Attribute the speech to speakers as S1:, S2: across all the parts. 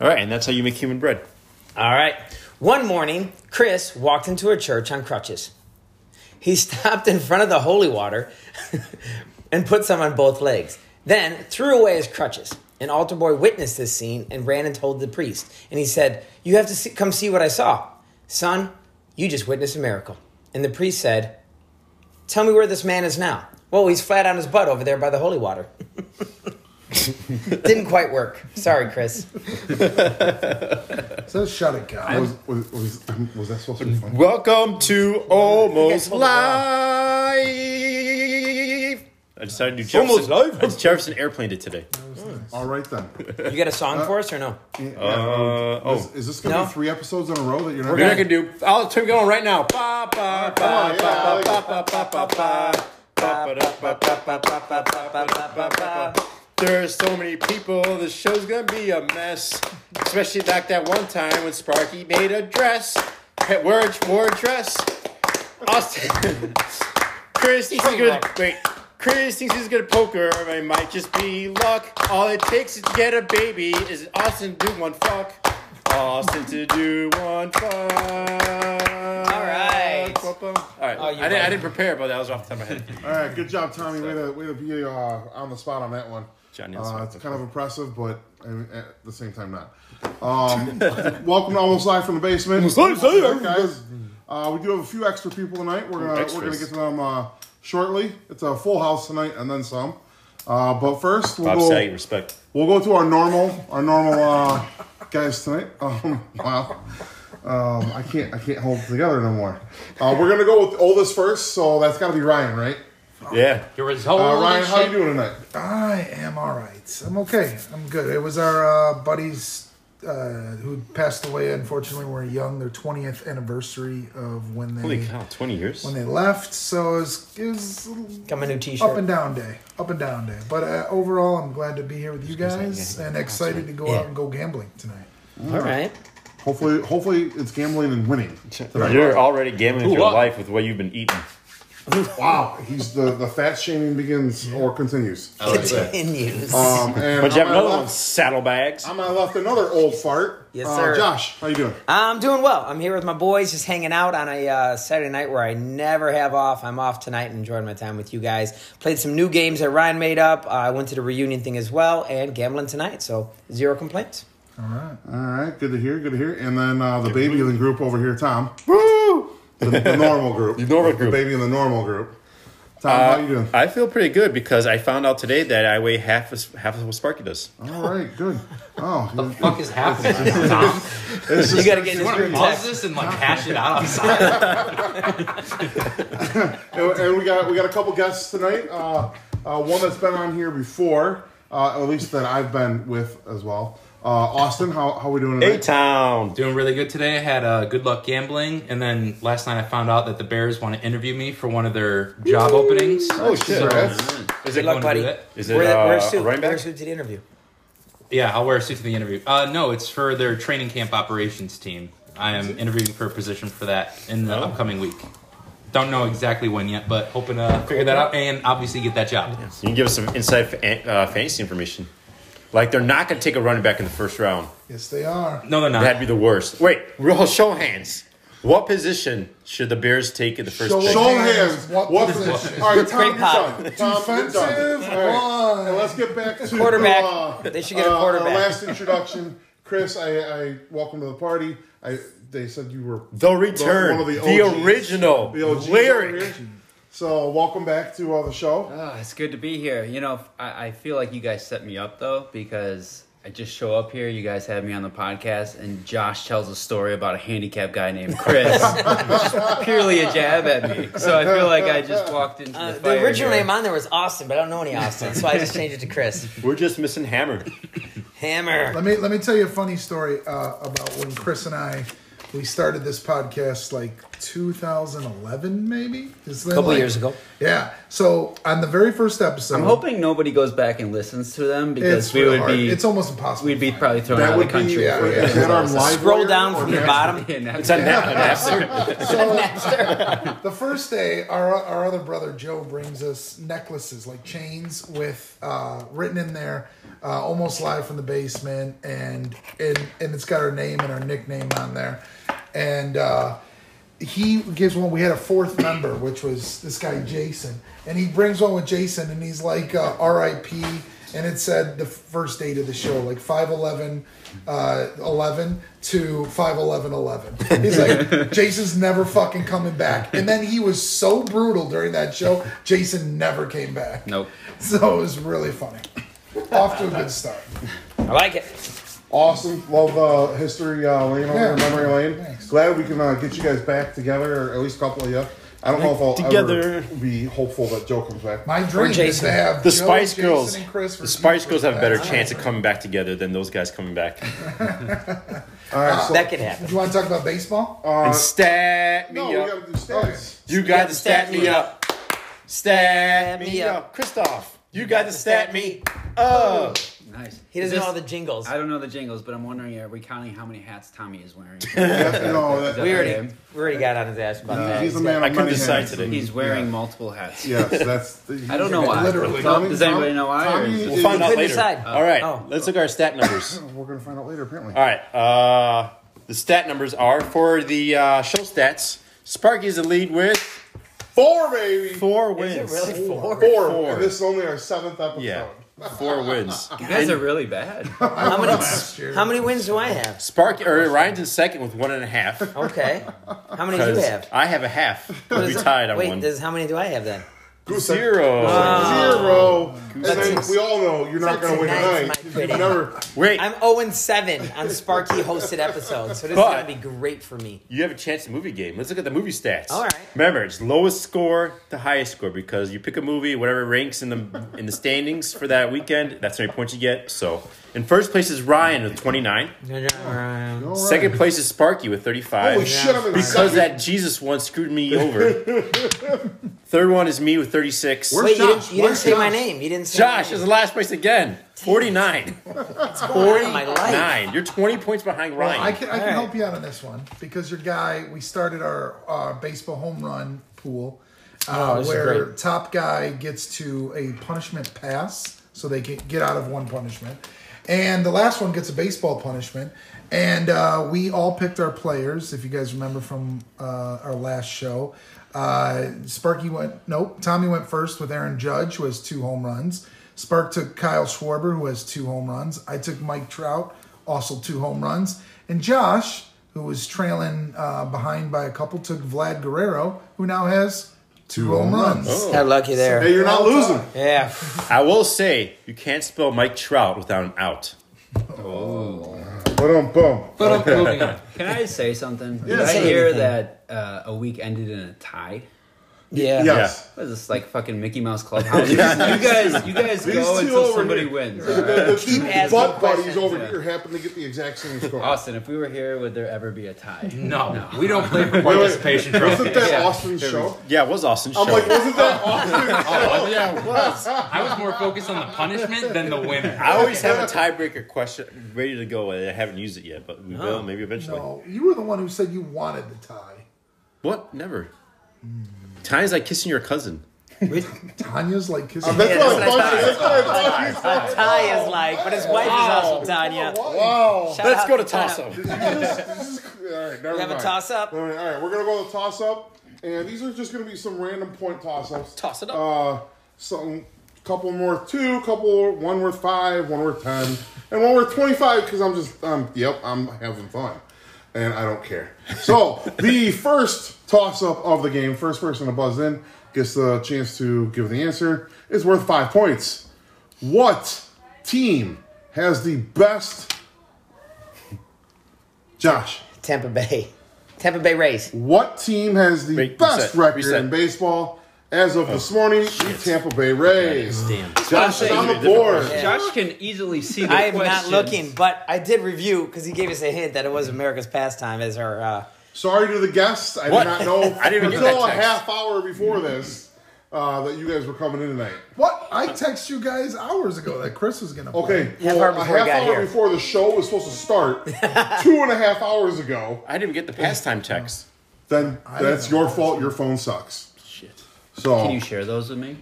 S1: All right, and that's how you make human bread.
S2: All right. One morning, Chris walked into a church on crutches. He stopped in front of the holy water and put some on both legs, then threw away his crutches. An altar boy witnessed this scene and ran and told the priest. And he said, You have to see, come see what I saw. Son, you just witnessed a miracle. And the priest said, Tell me where this man is now. Well, he's flat on his butt over there by the holy water. Didn't quite work. Sorry, Chris.
S3: So shut it, guys.
S4: Was, was, was, was that supposed to be funny?
S1: Welcome to Almost
S2: hold the
S1: Live. I decided to do Jefferson.
S2: Almost live?
S1: I just Jefferson airplaned it today.
S4: All right then.
S2: You got a song for us or no?
S4: Yeah,
S1: oh.
S4: is, is this gonna
S2: No.
S4: be three episodes in a row that you're not?
S1: We're not gonna do. I'll turn going right now. Ba, ba, ba, ba, ba, ba, ba, ba, ba. Ba, ba, da, ba, ba, ba, ba, ba, ba, ba, ba, ba, ba. There are so many people. The show's gonna be a mess, especially like that one time when Sparky made a dress. Hey, Wore a- wore a dress. Austin, Chris thinks he's gonna wait. Chris thinks he's gonna poke her. but It might just be luck. All it takes is to get a baby. Is Austin to do one fuck? Austin to do one fuck. All
S2: right.
S1: All right.
S2: Oh,
S1: I,
S2: you
S1: didn't, I
S2: right.
S1: didn't prepare, but that was off the top of my head.
S4: All right, good job, Tommy. Way to way to be uh, on the spot on that one.
S1: Johnny on the
S4: Uh,
S1: spot.
S4: it's kind of impressive, but uh, at the same time not. Um, welcome to Almost Live from the Basement.
S1: Almost Live, Live.
S4: guys. Uh, we do have a few extra people tonight. We're gonna we're gonna
S1: extras.
S4: get to them uh, shortly. It's a full house tonight, and then some. Uh, but first, we'll
S1: Bob
S4: go.
S1: Saget, respect.
S4: We'll go to our normal, our normal uh, guys tonight. Um, wow, um, I can't, I can't hold it together no more. Uh, we're gonna go with oldest first, so that's got to be Ryan, right?
S1: Yeah.
S5: There was whole
S4: Uh, Ryan, how you doing tonight?
S3: I am all right. I'm okay. I'm good. It was our uh, buddies uh, who passed away. Unfortunately, when we were young. Their 20th anniversary of when they
S1: Holy cow! Twenty years.
S3: when they left. So it was, it was a little
S2: Got my new t
S3: up and
S2: shirt.
S3: down day, up and down day. But uh, overall, I'm glad to be here with you guys and excited to go
S2: Yeah.
S3: out and go gambling tonight.
S2: All right.
S4: Hopefully, hopefully it's gambling and winning.
S1: You're already gambling with
S5: Ooh,
S1: your
S5: what?
S1: life with what you've been eating.
S4: uh, Wow, he's the the fat shaming begins or continues.
S2: Continues.
S4: Um, and
S1: But you
S4: on,
S1: have
S4: my
S1: another one.
S4: left,
S1: Saddlebags.
S4: on my left, another old fart.
S2: Yes,
S4: Uh,
S2: sir.
S4: Josh, how you doing?
S2: I'm doing well. I'm here with my boys, just hanging out on a uh, Saturday night where I never have off. I'm off tonight and enjoying my time with you guys. Played some new games that Ryan made up. Uh, I went to the reunion thing as well, and gambling tonight. So zero complaints.
S3: All right.
S4: All right, good to hear, good to hear. And then uh, the baby in the group over here, Tom. Woo! The, the normal group. The
S1: normal group.
S4: The baby in the normal group.
S2: Uh,
S4: Tom, how you doing?
S1: Uh, I feel pretty good because I found out today that I weigh half as half as what Sparky does.
S4: All right, good. Oh,
S5: fuck is happening right now? Tom?
S4: it's
S2: You
S4: just,
S2: got to get in this group
S5: Pause
S2: text.
S5: this and like hash it out on silent.
S4: and, and we got we got a couple guests tonight. Uh, uh, one that's been on here before, uh, at least that I've been with as well. Uh, Austin, how how we doing
S1: A
S4: tonight?
S1: town.
S5: um, Doing really good today. I had uh, good luck gambling, and then last night I found out that the Bears want to interview me for one of their job openings.
S4: Oh shit! That's-
S1: Is
S2: Good luck,
S5: Wanna
S2: buddy.
S5: do that?
S1: Is it
S2: Wear, that,
S1: uh,
S2: wear a
S1: a
S2: suit.
S1: running
S2: Wear a
S1: back?
S2: suit to the interview.
S5: Yeah, I'll wear a suit to the interview. Uh, no, it's for their training camp operations team. I am interviewing for a position for that in the
S1: Oh.
S5: upcoming week. Don't know exactly when yet, but hoping to figure that out and obviously get that job.
S1: You can give us some inside fa- uh, fantasy information. Like they're not going to take a running back in the first round.
S3: Yes, they are.
S5: No, they're not.
S1: That'd be the worst. Wait, real show hands. What position should the Bears take in the first?
S3: Show-
S1: pick?
S4: Show hands.
S3: What
S4: What's
S3: position?
S4: All right, Tom,
S2: Great
S4: you're
S2: pop.
S4: done. Tom, you're done.
S3: Defensive
S4: All right.
S3: line.
S4: And let's get back to
S2: Quarterback.
S4: uh,
S2: They should get a
S4: uh,
S2: quarterback.
S4: Our last introduction, Chris. I, I welcome to the party. I they said you were
S1: The return,
S4: One of the
S1: the
S4: OGs.
S1: original
S4: the OGs over
S1: lyric.
S4: here. So welcome back to uh, the show.
S6: Ah, it's good to be here. You know, I, I feel like you guys set me up though because I just show up here. You guys have me on the podcast, and Josh tells a story about a handicapped guy named Chris, which is purely a jab at me. So I feel like I just walked into
S2: Uh,
S6: the fire.
S2: the original
S6: here.
S2: name on there was Austin, but I don't know any Austin, so I just changed it to Chris.
S1: We're just missing Hammer.
S2: Hammer.
S3: Let me let me tell you a funny story uh, about when Chris and I we started this podcast like 2011, maybe. It's been
S2: a couple
S3: like-
S2: years ago.
S3: Yeah. So on the very first episode,
S6: I'm hoping nobody goes back and listens to them because
S3: it's
S6: we
S3: really
S6: would
S3: hard.
S6: be
S3: It's almost impossible.
S6: we'd be
S3: to find.
S6: probably thrown
S4: That
S6: out of
S4: would
S6: the
S4: be
S6: country.
S3: yeah, yeah.
S4: is that our live
S2: Scroll
S4: wire
S2: down
S4: or
S2: from the
S4: Napster?
S2: bottom.
S6: Yeah, Napster.
S2: It's on Napster.
S3: The first day, our, our other brother Joe brings us necklaces, like chains, with uh, written in there, uh, almost live from the basement, and and and it's got our name and our nickname on there, and uh, he gives one. We had a fourth member, which was this guy Jason, and he brings one with Jason, and he's like uh, R.I.P. And it said the first date of the show, like 511 uh, 11 to 511 11. He's like, Jason's never fucking coming back. And then he was so brutal during that show, Jason never came back.
S5: Nope.
S3: So it was really funny. Off to a good start.
S2: I like it.
S4: Awesome. Love uh, history uh, lane over
S3: Yeah.
S4: there, memory lane.
S3: Thanks.
S4: Glad we can uh, get you guys back together, or at least a couple of you. I don't know if I'll
S1: Together.
S4: ever be hopeful that Joe comes back.
S3: My dream is
S2: Jason.
S3: to have
S1: The
S3: Joe,
S1: Spice
S3: Jason,
S1: Girls.
S3: and Chris
S1: The
S3: versus
S1: Spice Girls have a better
S3: Chris.
S1: chance of coming back together than those guys coming back.
S4: All right, so
S2: Ah,
S4: Uh,
S2: That could
S3: Do
S2: happen.
S3: Uh, you want to talk about baseball?
S1: and stat me
S4: no, we
S1: up.
S4: gotta do stats.
S1: you got to stat me up. Stat me
S2: me up.
S1: up. Christoph, you got to stat me.
S6: Nice.
S2: He doesn't
S6: This-
S2: know all the jingles.
S6: I don't know the jingles, but I'm wondering are we counting how many hats Tommy is wearing?
S4: Yeah, you know, that-
S2: We already, we already got on his ass about that.
S4: he's a man.
S1: I
S4: of
S1: couldn't
S4: many
S1: decide
S4: hands.
S1: today.
S6: He's wearing multiple hats.
S4: Yes, that's.
S6: I don't know why.
S3: Literally.
S6: Tom- does anybody know why? or is it-
S1: We'll find out
S2: couldn't
S1: later.
S2: decide.
S1: All right,
S2: Oh.
S1: let's look at our stat numbers.
S4: We're gonna find out later, apparently.
S1: All right, uh, the stat numbers are for the uh, show stats. Sparky's the lead with
S4: Four, baby.
S1: four
S2: Is it
S1: wins.
S2: really four?
S4: Four.
S1: Four.
S4: And this is only our seventh
S3: Oh,
S4: episode.
S1: Yeah, four wins.
S6: You guys are really bad.
S2: How many,
S3: last year.
S2: how many wins do I have?
S1: Sparky or Ryan's in second with one and a half.
S2: Okay. Uh, How many do you
S1: 'cause
S2: have?
S1: I have a half.
S2: What
S1: We
S2: is-
S1: tied on
S2: Wait,
S1: one.
S2: does- how many do I have then?
S1: Zero.
S4: Zero. And then
S2: That's-
S4: we all know you're not going
S2: that's
S4: to win
S2: nice,
S4: tonight.
S2: my
S4: You
S2: pretty.
S4: never.
S1: Wait,
S2: I'm 0 and 7 on Sparky hosted episodes, so this
S1: But-
S2: is going to be great for me.
S1: you have a chance to movie game. Let's look at the movie stats.
S2: All right.
S1: Remember, it's lowest score to highest score because you pick a movie, whatever ranks in the in the standings for that weekend, that's how many points you get. So, in first place is Ryan with 29.
S4: All right.
S1: Second place is Sparky with 35.
S4: Holy shit! I'm in
S1: because
S4: second.
S1: that Jesus one screwed me over. Third one is me with 36.
S4: Where's
S2: Wait, you
S4: Josh?
S2: didn't, you didn't
S4: Where's
S2: say my
S4: Josh?
S2: name. You didn't say my
S1: Josh
S2: name.
S1: is in last place again. 49.
S2: Out of my life.
S1: Nine. You're 20 points behind Ryan.
S3: I can I can
S2: All right.
S3: help you out on this one because your guy. We started our uh, baseball home run pool, uh,
S2: this is
S3: where
S2: great.
S3: top guy gets to a punishment pass, so they can get out of one punishment, and the last one gets a baseball punishment. And uh, we all picked our players. If you guys remember from uh, our last show, uh, Sparky went nope. Tommy went first with Aaron Judge, who has two home runs. Spark took Kyle Schwarber, who has two home runs. I took Mike Trout, also two home runs. And Josh, who was trailing uh, behind by a couple, took Vlad Guerrero, who now has two, home runs.
S2: Got lucky
S4: Hey,
S2: there.
S4: you're not losing.
S2: Yeah.
S1: Oh. I will say, you can't spell Mike Trout without an out.
S4: Oh. Boom, um, boom.
S6: But I'm moving on. Can I just say something? Did I
S2: Say
S6: hear
S2: anything.
S6: that uh, a week ended in a tie?
S2: Yeah.
S4: Yes.
S6: What is this like fucking Mickey Mouse Clubhouse? You guys, you guys
S4: These
S6: go
S4: two
S6: until
S4: over
S6: somebody
S4: here.
S6: wins.
S4: The, the, the
S2: asking
S4: butt buddies
S2: questions,
S4: over
S6: yeah.
S4: here happen to get the exact same score.
S6: Austin, if we were here, would there ever be a tie?
S5: No, we don't play for
S4: Wait, wait.
S5: participation
S4: Wasn't that
S5: trophies.
S6: Yeah.
S4: Austin's show?
S1: Yeah, it was Austin. Oh,
S4: I'm like, wasn't that Austin's show?
S1: yeah, it was.
S5: Oh, I was more focused on the punishment than the winner.
S1: I always have a tiebreaker question ready to go, and I haven't used it yet, but we
S2: Oh.
S1: will maybe eventually.
S3: No, you were the one who said you wanted the tie.
S1: What? Never. Times like kissing your cousin.
S3: Tanya's like kissing.
S4: That's what I
S2: that's what I
S4: thought. you- That's what I thought.
S2: Ty is like, but his wife is also Tanya.
S4: Wow.
S2: Shout
S1: Let's
S2: out
S1: go to
S2: Tanya.
S1: Tasso.
S4: All right, never
S2: We have a
S4: mind.
S2: toss up.
S4: All right, all right, we're gonna go with toss up, and these are just gonna be some random point toss ups.
S2: Toss it up.
S4: Uh, some couple worth two, couple one worth five, one worth ten, and one worth twenty five. Because I'm just, um, yep, I'm having fun, and I don't care. So the first toss up of the game, first person to buzz in gets the chance to give the answer. It's worth five points. What team has the best? Josh.
S2: Tampa Bay. Tampa Bay Rays.
S4: What team has the
S1: Wait,
S4: best
S1: reset,
S4: record
S1: reset. Oh,
S4: in baseball as of this morning? The Tampa Bay Rays.
S1: Damn.
S4: Josh is
S6: That's
S4: on
S6: a
S4: the board.
S6: Josh can easily see the
S2: I am
S6: questions.
S2: not looking, but I did review because he gave us a hint that it was America's pastime as our uh,
S4: Sorry to the guests. I
S1: What?
S4: did not know
S1: I didn't even get
S4: until
S1: that
S4: a
S1: text.
S4: half hour before this uh, that you guys were coming in tonight.
S3: What? I text you guys hours ago that Chris was gonna. play.
S4: Okay,
S2: Half
S4: well, a
S2: hour before we
S4: half
S2: got
S4: hour
S2: here.
S4: before the show was supposed to start, two and a half hours ago,
S1: I didn't even get the pastime text.
S4: then
S3: don't
S4: that's
S3: know.
S4: your fault. Your phone sucks. Shit. So,
S6: Can you share those with me?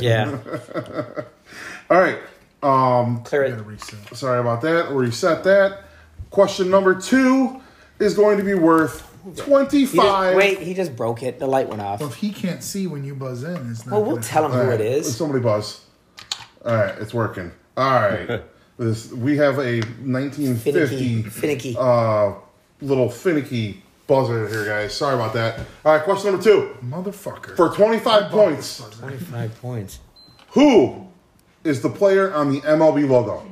S2: Yeah.
S4: all right. um,
S2: Clear
S3: Gotta
S2: it.
S3: reset.
S4: Sorry about that. We'll reset that. Question number two is going to be worth
S2: He just,
S4: 25.
S2: wait, he just broke it. The light went off.
S3: If he can't see when you buzz in, it's not.
S2: Well, we'll
S3: gonna-
S2: tell him
S4: All
S2: who
S4: right,
S2: it is.
S4: Somebody buzz. All right, it's working. All right. this we have a 1950
S2: Finicky. Finicky.
S4: uh little finicky buzzer here, guys. Sorry about that. All right, question number 2.
S3: Motherfucker.
S4: For 25 points,
S2: 25 points.
S4: who is the player on the MLB logo?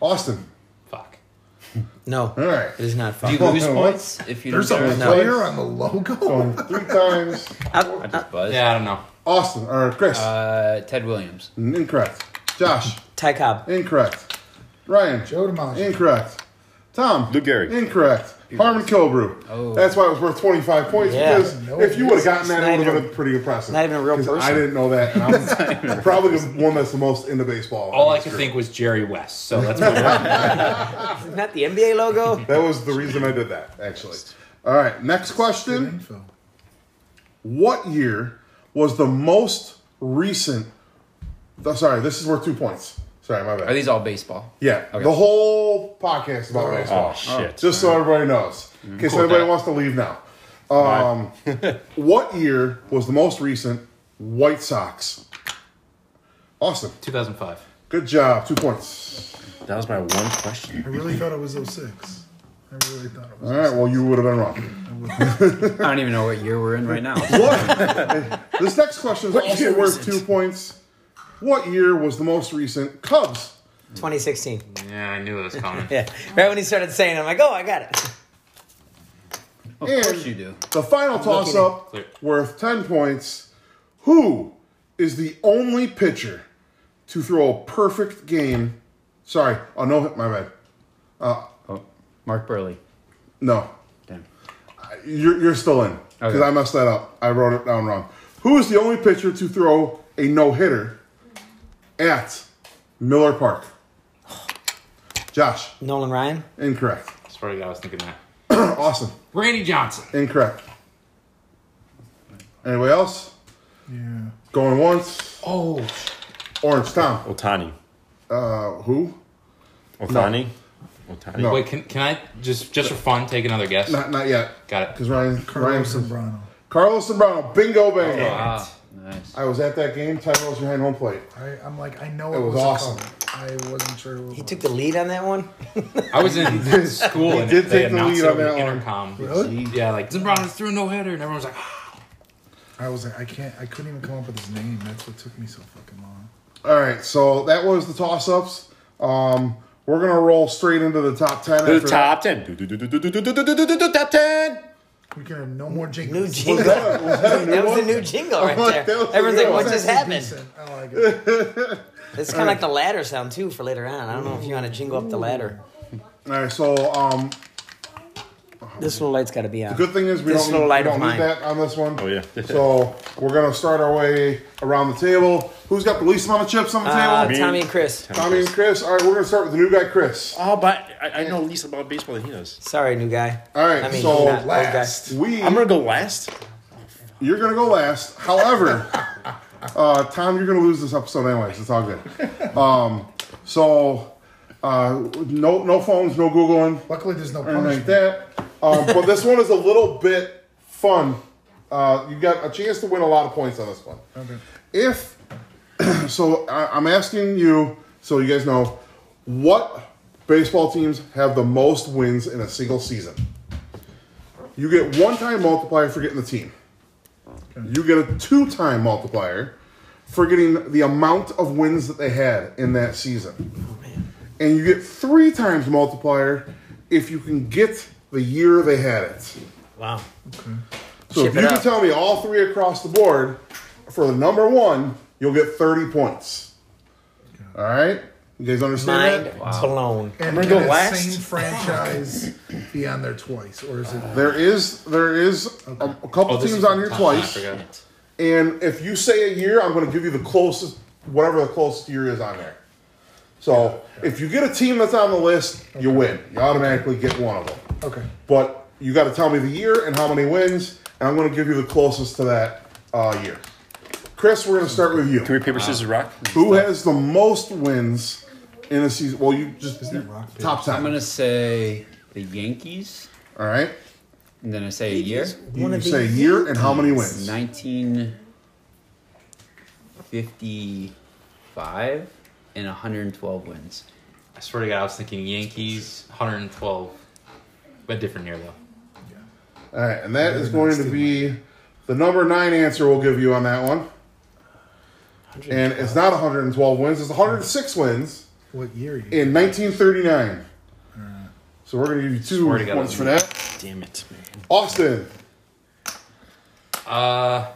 S4: Austin.
S5: Fuck.
S2: No.
S4: All right.
S2: It is not
S6: Do you
S2: fun.
S6: lose
S4: Oh, no.
S6: points if you
S3: There's a
S6: don't share?
S4: No.
S3: player on the logo.
S4: Three times.
S6: I just buzzed.
S5: Yeah, I don't know.
S4: Austin or Chris.
S6: Uh, Ted Williams.
S4: incorrect. Josh.
S2: Ty Cobb.
S4: Incorrect. Ryan.
S3: Joe DiMaggio.
S4: Incorrect. Tom.
S1: Lou Gehrig.
S4: Incorrect. Harmon Kilbrew.
S6: Oh.
S4: That's why it was worth 25 points
S2: Yeah.
S4: because
S3: No,
S4: if you would have gotten that,
S2: not
S4: it would have
S2: even-
S4: been pretty impressive.
S2: not even a real
S4: 'Cause I
S2: person.
S4: didn't know that. And I'm probably the one that's the most into baseball.
S5: All
S4: in
S5: I
S4: this
S5: could
S4: group.
S5: think was Jerry West, so that's what
S2: Not the NBA logo.
S4: That was the reason I did that, actually. All right. Next question.
S3: Info.
S4: What year was the most recent? th- Sorry, this is worth two points. Sorry, my bad.
S6: Are these all baseball?
S4: Yeah, the whole podcast about baseball.
S1: Oh, shit. Mm,
S4: Just so everybody knows, in case anybody wants to leave now. Um, what year was the most recent White Sox? Awesome,
S5: 2005.
S4: good job. Two points.
S1: That was my one
S3: I
S1: question.
S3: really thought it was 06. I really thought it was.
S4: All right, well you would have been wrong.
S6: I don't even know what year we're in right now.
S4: This next question is also
S1: year was
S4: worth
S1: it?
S4: two points. What year was the most recent Cubs?
S2: 2016.
S5: Yeah, I knew it was coming.
S2: Yeah. Right when he started saying it, I'm like, oh, I got it.
S6: Of course you do.
S4: The final toss up
S5: Clear.
S4: worth 10 points. Who is the only pitcher to throw a perfect game? Sorry, oh no hit, my bad. Uh,
S6: Oh, Mark Burley.
S4: No,
S6: Damn.
S4: you're, you're still in because
S6: Okay.
S4: I messed that up. I wrote it down wrong. Who is the only pitcher to throw a no hitter at Miller Park? Josh,
S2: Nolan Ryan.
S4: incorrect.
S5: I swear to God, I was thinking that.
S4: Austin,
S5: Randy Johnson.
S4: incorrect. Anybody else?
S3: Yeah.
S4: Going once.
S5: Oh,
S4: Orange Tom.
S1: Otani.
S4: Uh, who?
S1: Otani? Otani?
S4: No.
S5: wait. Can, can I just just for fun take another guess?
S4: Not not yet.
S5: Got it.
S4: Because Ryan
S3: Carlos
S4: Carlos Ryan,
S3: Zambrano.
S4: Carlos Zambrano. Bingo bango.
S6: Wow. Nice.
S4: I was at that game. Tyler was behind home plate.
S3: I, I'm like, I know
S4: It
S3: it,
S4: was
S3: was, a
S4: awesome.
S3: cover. I wasn't sure. It was
S2: He took the lead on that one.
S5: I was in school and
S4: did
S5: they
S4: take the
S5: announced
S4: lead
S5: it
S4: on
S5: over the
S4: that one.
S5: intercom.
S3: Really?
S5: Yeah, like Zambrano's threw a no hitter, and everyone was like, ah.
S3: I was like, I can't. I couldn't even come up with his name. That's what took me so fucking long.
S4: All right, so that was the toss ups. Um, we're gonna roll straight into the top ten.
S1: The
S4: after
S1: top 10. Top 10.
S3: We can have no more
S2: New
S3: jingles.
S2: jingle.
S4: That, was that a new
S2: That was
S4: one?
S2: a new jingle
S4: I'm like, that
S2: right there.
S4: was a
S2: Everyone's
S4: new
S2: like,
S4: one.
S2: what
S3: That's
S2: just happened?
S3: decent. I like it.
S2: It's kind of like the ladder sound, too, for later on. I don't know if you want to jingle up the ladder.
S4: All right, so um,
S2: This little light's got to be on.
S4: good thing is we
S2: This
S4: don't,
S2: little
S4: need,
S2: light
S4: we
S2: of
S4: don't need
S2: mine.
S4: that on this one.
S1: Oh, yeah.
S4: so we're gonna start our way around the table. Who's got the least amount of chips on the
S2: Uh,
S4: table?
S1: Me.
S2: Tommy and Chris.
S4: Tommy and Chris. All right, we're gonna start with the new guy, Chris.
S1: Oh, but I, I know least about baseball than he does.
S2: Sorry, new guy.
S4: All right,
S2: I mean,
S4: so
S2: not old guy.
S3: last.
S4: We
S1: I'm going to go last.
S4: You're gonna go last. However, uh, Tom, you're gonna lose this episode anyways. It's all good. Um, so uh, no no phones, no googling,
S3: Luckily, there's no
S4: anything like
S3: punishment.
S4: that. Um, but this one is a little bit fun. Uh, you got a chance to win a lot of points on this one.
S3: Okay.
S4: If so, I, I'm asking you, so you guys know, what baseball teams have the most wins in a single season? You get one time multiplier for getting the team. You get a two time multiplier for getting the amount of wins that they had in that season. And you get three times multiplier if you can get the year they had it.
S2: Wow.
S4: So
S2: Ship
S4: if
S2: it
S4: you can
S2: up.
S4: tell me all three across the board for the number one, you'll get 30 points. All right? You guys understand
S2: Mind
S4: that?
S2: blown.
S3: And
S1: gonna
S3: in
S1: go
S3: the
S1: last.
S3: same franchise be on there twice, or is it?
S4: There is there is a, a
S3: Oh,
S4: couple
S5: this
S4: teams
S5: is
S4: on here
S5: top
S4: twice,
S5: nine, I forgot.
S4: and if you say a year, I'm going to give you the closest, whatever the closest year is on there. So if you get a team that's on the list, you win. You automatically get one of them.
S3: Okay.
S4: But you got to tell me the year and how many wins, and I'm going to give you the closest to that uh, year. Chris, we're going to start with you.
S1: Three paper, scissors, rock.
S4: Who has the most wins in a season? Well, you just top 10
S6: I'm gonna say the Yankees,
S4: All right.
S6: and then I say a year.
S4: You say year and how many wins?
S6: 1955 and 112 wins.
S5: I swear to God, I was thinking Yankees 112, but different year though.
S4: All right, and that is going to be the number nine answer we'll give you on that one. And it's not 112 wins; it's 106 wins
S3: What year? Are you?
S4: in 1939. So we're going to give you two
S5: Swear to God,
S4: points
S5: I'm-
S4: for that.
S2: Damn it, man.
S4: Austin,
S5: Uh,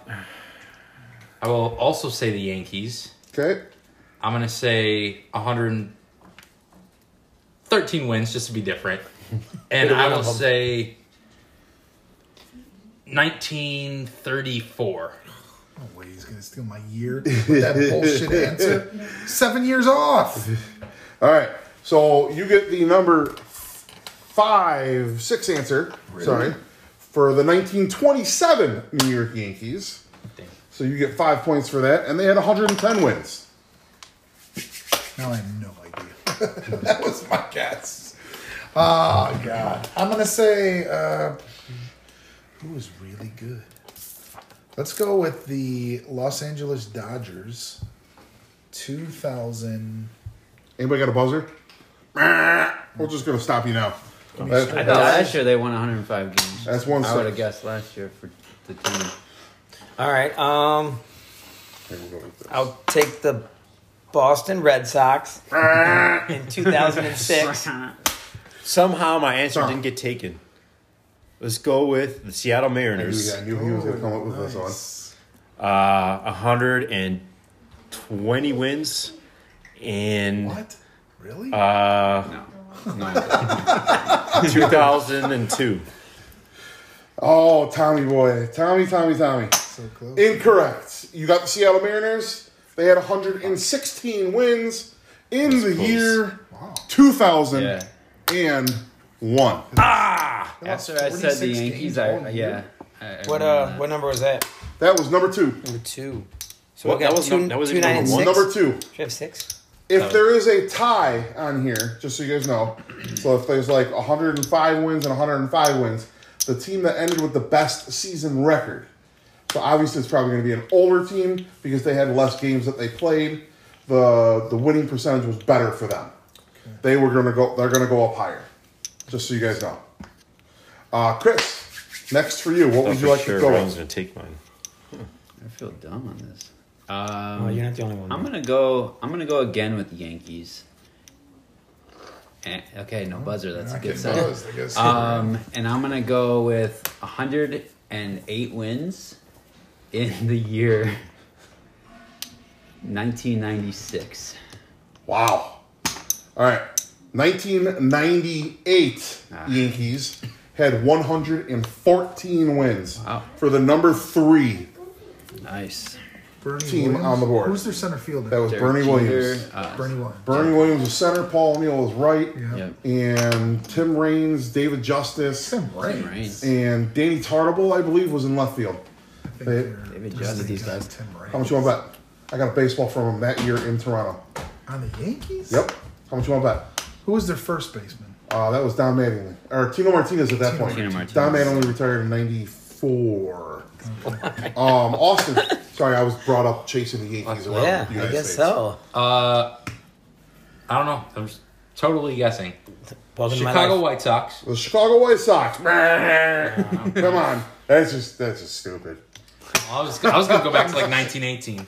S5: I will also say the Yankees.
S4: okay,
S5: I'm gonna say 113 wins just to be different, and I will say 1934.
S3: No way he's gonna steal my year with that bullshit answer. Seven years off.
S4: all right. So you get the number five, six answer. Sorry, for the 1927 New York Yankees.
S5: Damn.
S4: So you get five points for that, and they had 110 wins.
S3: Now I have no idea. that was my guess. Oh god. I'm gonna say uh, who was really good. Let's go with the Los Angeles Dodgers. 2000.
S4: Anybody got a buzzer? We're just gonna stop you now. That's,
S6: I thought last year they won 105 games.
S4: that's one.
S6: I would have
S4: sentence.
S6: guessed last year for the team.
S2: All right. Um,
S4: Okay, we'll go with this.
S2: I'll take the Boston Red Sox in 2006.
S1: Somehow my answer didn't get taken. Let's go with the Seattle Mariners.
S4: I knew he was gonna come up with this
S3: Nice.
S1: Uh, 120 wins in
S3: What? Really?
S1: uh,
S6: No. No.
S1: 2002.
S4: one. Oh, Tommy boy, Tommy, Tommy, Tommy.
S3: so close.
S4: Incorrect. You got the Seattle Mariners. They had 116 wins in the
S1: close.
S4: year
S3: Wow.
S4: 2000
S6: Yeah.
S4: and one.
S6: After I said the
S3: 46 Ah! games
S6: Yankees,
S3: all
S6: I, yeah.
S3: year.
S6: I- I
S2: What
S6: remember
S2: uh? What number was that?
S4: That was number two.
S2: Number two. So
S1: Well,
S2: we got
S1: that was
S2: two,
S1: num- that was
S2: two, nine, and
S4: One
S2: six.
S4: number two.
S2: Should I have six?
S4: If there is a tie on here, just so you guys know, so if there's like 105 wins and 105 wins, the team that ended with the best season record. So obviously it's probably going to be an older team because they had less games that they played. The the winning percentage was better for them. They were going to go. They're going to go up higher. Just so you guys know. Uh, Chris, next for you. What would you like to go with?
S1: Ryan's gonna take mine.
S6: I feel dumb on this.
S2: Oh,
S6: Um,
S2: you're not the only one.
S6: I'm gonna go. I'm gonna go again with the Yankees. Eh, okay, no buzzer. That's a
S3: I
S6: good
S3: get
S6: sign.
S3: buzzed, I guess.
S6: Um, and I'm gonna go with 108 wins in the year 1996.
S4: Wow. All right. 1998
S6: Ah.
S4: Yankees had 114 wins
S6: Wow.
S4: for the number three.
S6: Nice.
S3: Bernie
S4: team on the board.
S3: Who's their center fielder?
S4: That was Bernie Williams.
S6: Uh,
S3: Bernie Williams.
S4: Bernie Williams was center. Paul O'Neill was right.
S6: yeah.
S4: And Tim Raines, David Justice,
S3: Tim Raines.
S6: Raines.
S4: and Danny Tartable, I believe, was in left field.
S3: I think
S4: They-
S3: they're-
S6: David
S3: those
S6: Justice,
S3: things
S6: these
S3: on
S6: guys.
S3: Tim Raines.
S4: How much you want to bet? I got a baseball from him that year in Toronto.
S3: On the Yankees?
S4: Yep. How much you want to bet?
S3: Who was their first baseman?
S4: Uh, that was Don Mattingly. Or Tino Martinez at that
S3: Tino
S4: point.
S6: Martinez.
S4: Don Mattingly retired in 94. um, Austin, sorry, I was brought up chasing the Yankees around.
S2: yeah,
S4: the
S2: I
S4: United
S2: guess
S4: States.
S2: so.
S5: Uh, I don't know. I'm just totally guessing.
S2: Welcome to my
S5: Chicago
S2: life.
S5: White Sox.
S4: The Chicago White Sox. Come on. That's just that's just stupid.
S5: I was I was gonna go back to like 1918.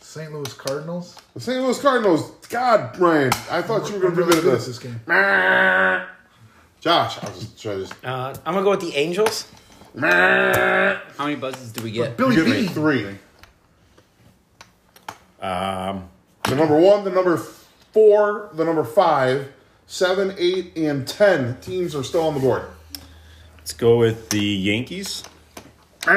S3: St. Uh, Louis Cardinals?
S4: The St. Louis Cardinals. God, Brian, I thought you were going to do good at
S3: at this
S4: this.
S3: game.
S4: Josh, I'll just try this.
S2: Uh, I'm gonna go with the Angels.
S6: How many buzzes do we get?
S4: You
S3: Billy
S4: give me
S3: B.
S4: three. Um, the number one, the number four, the number five, seven, eight, and ten teams are still on the board.
S7: Let's go with the Yankees. Oh,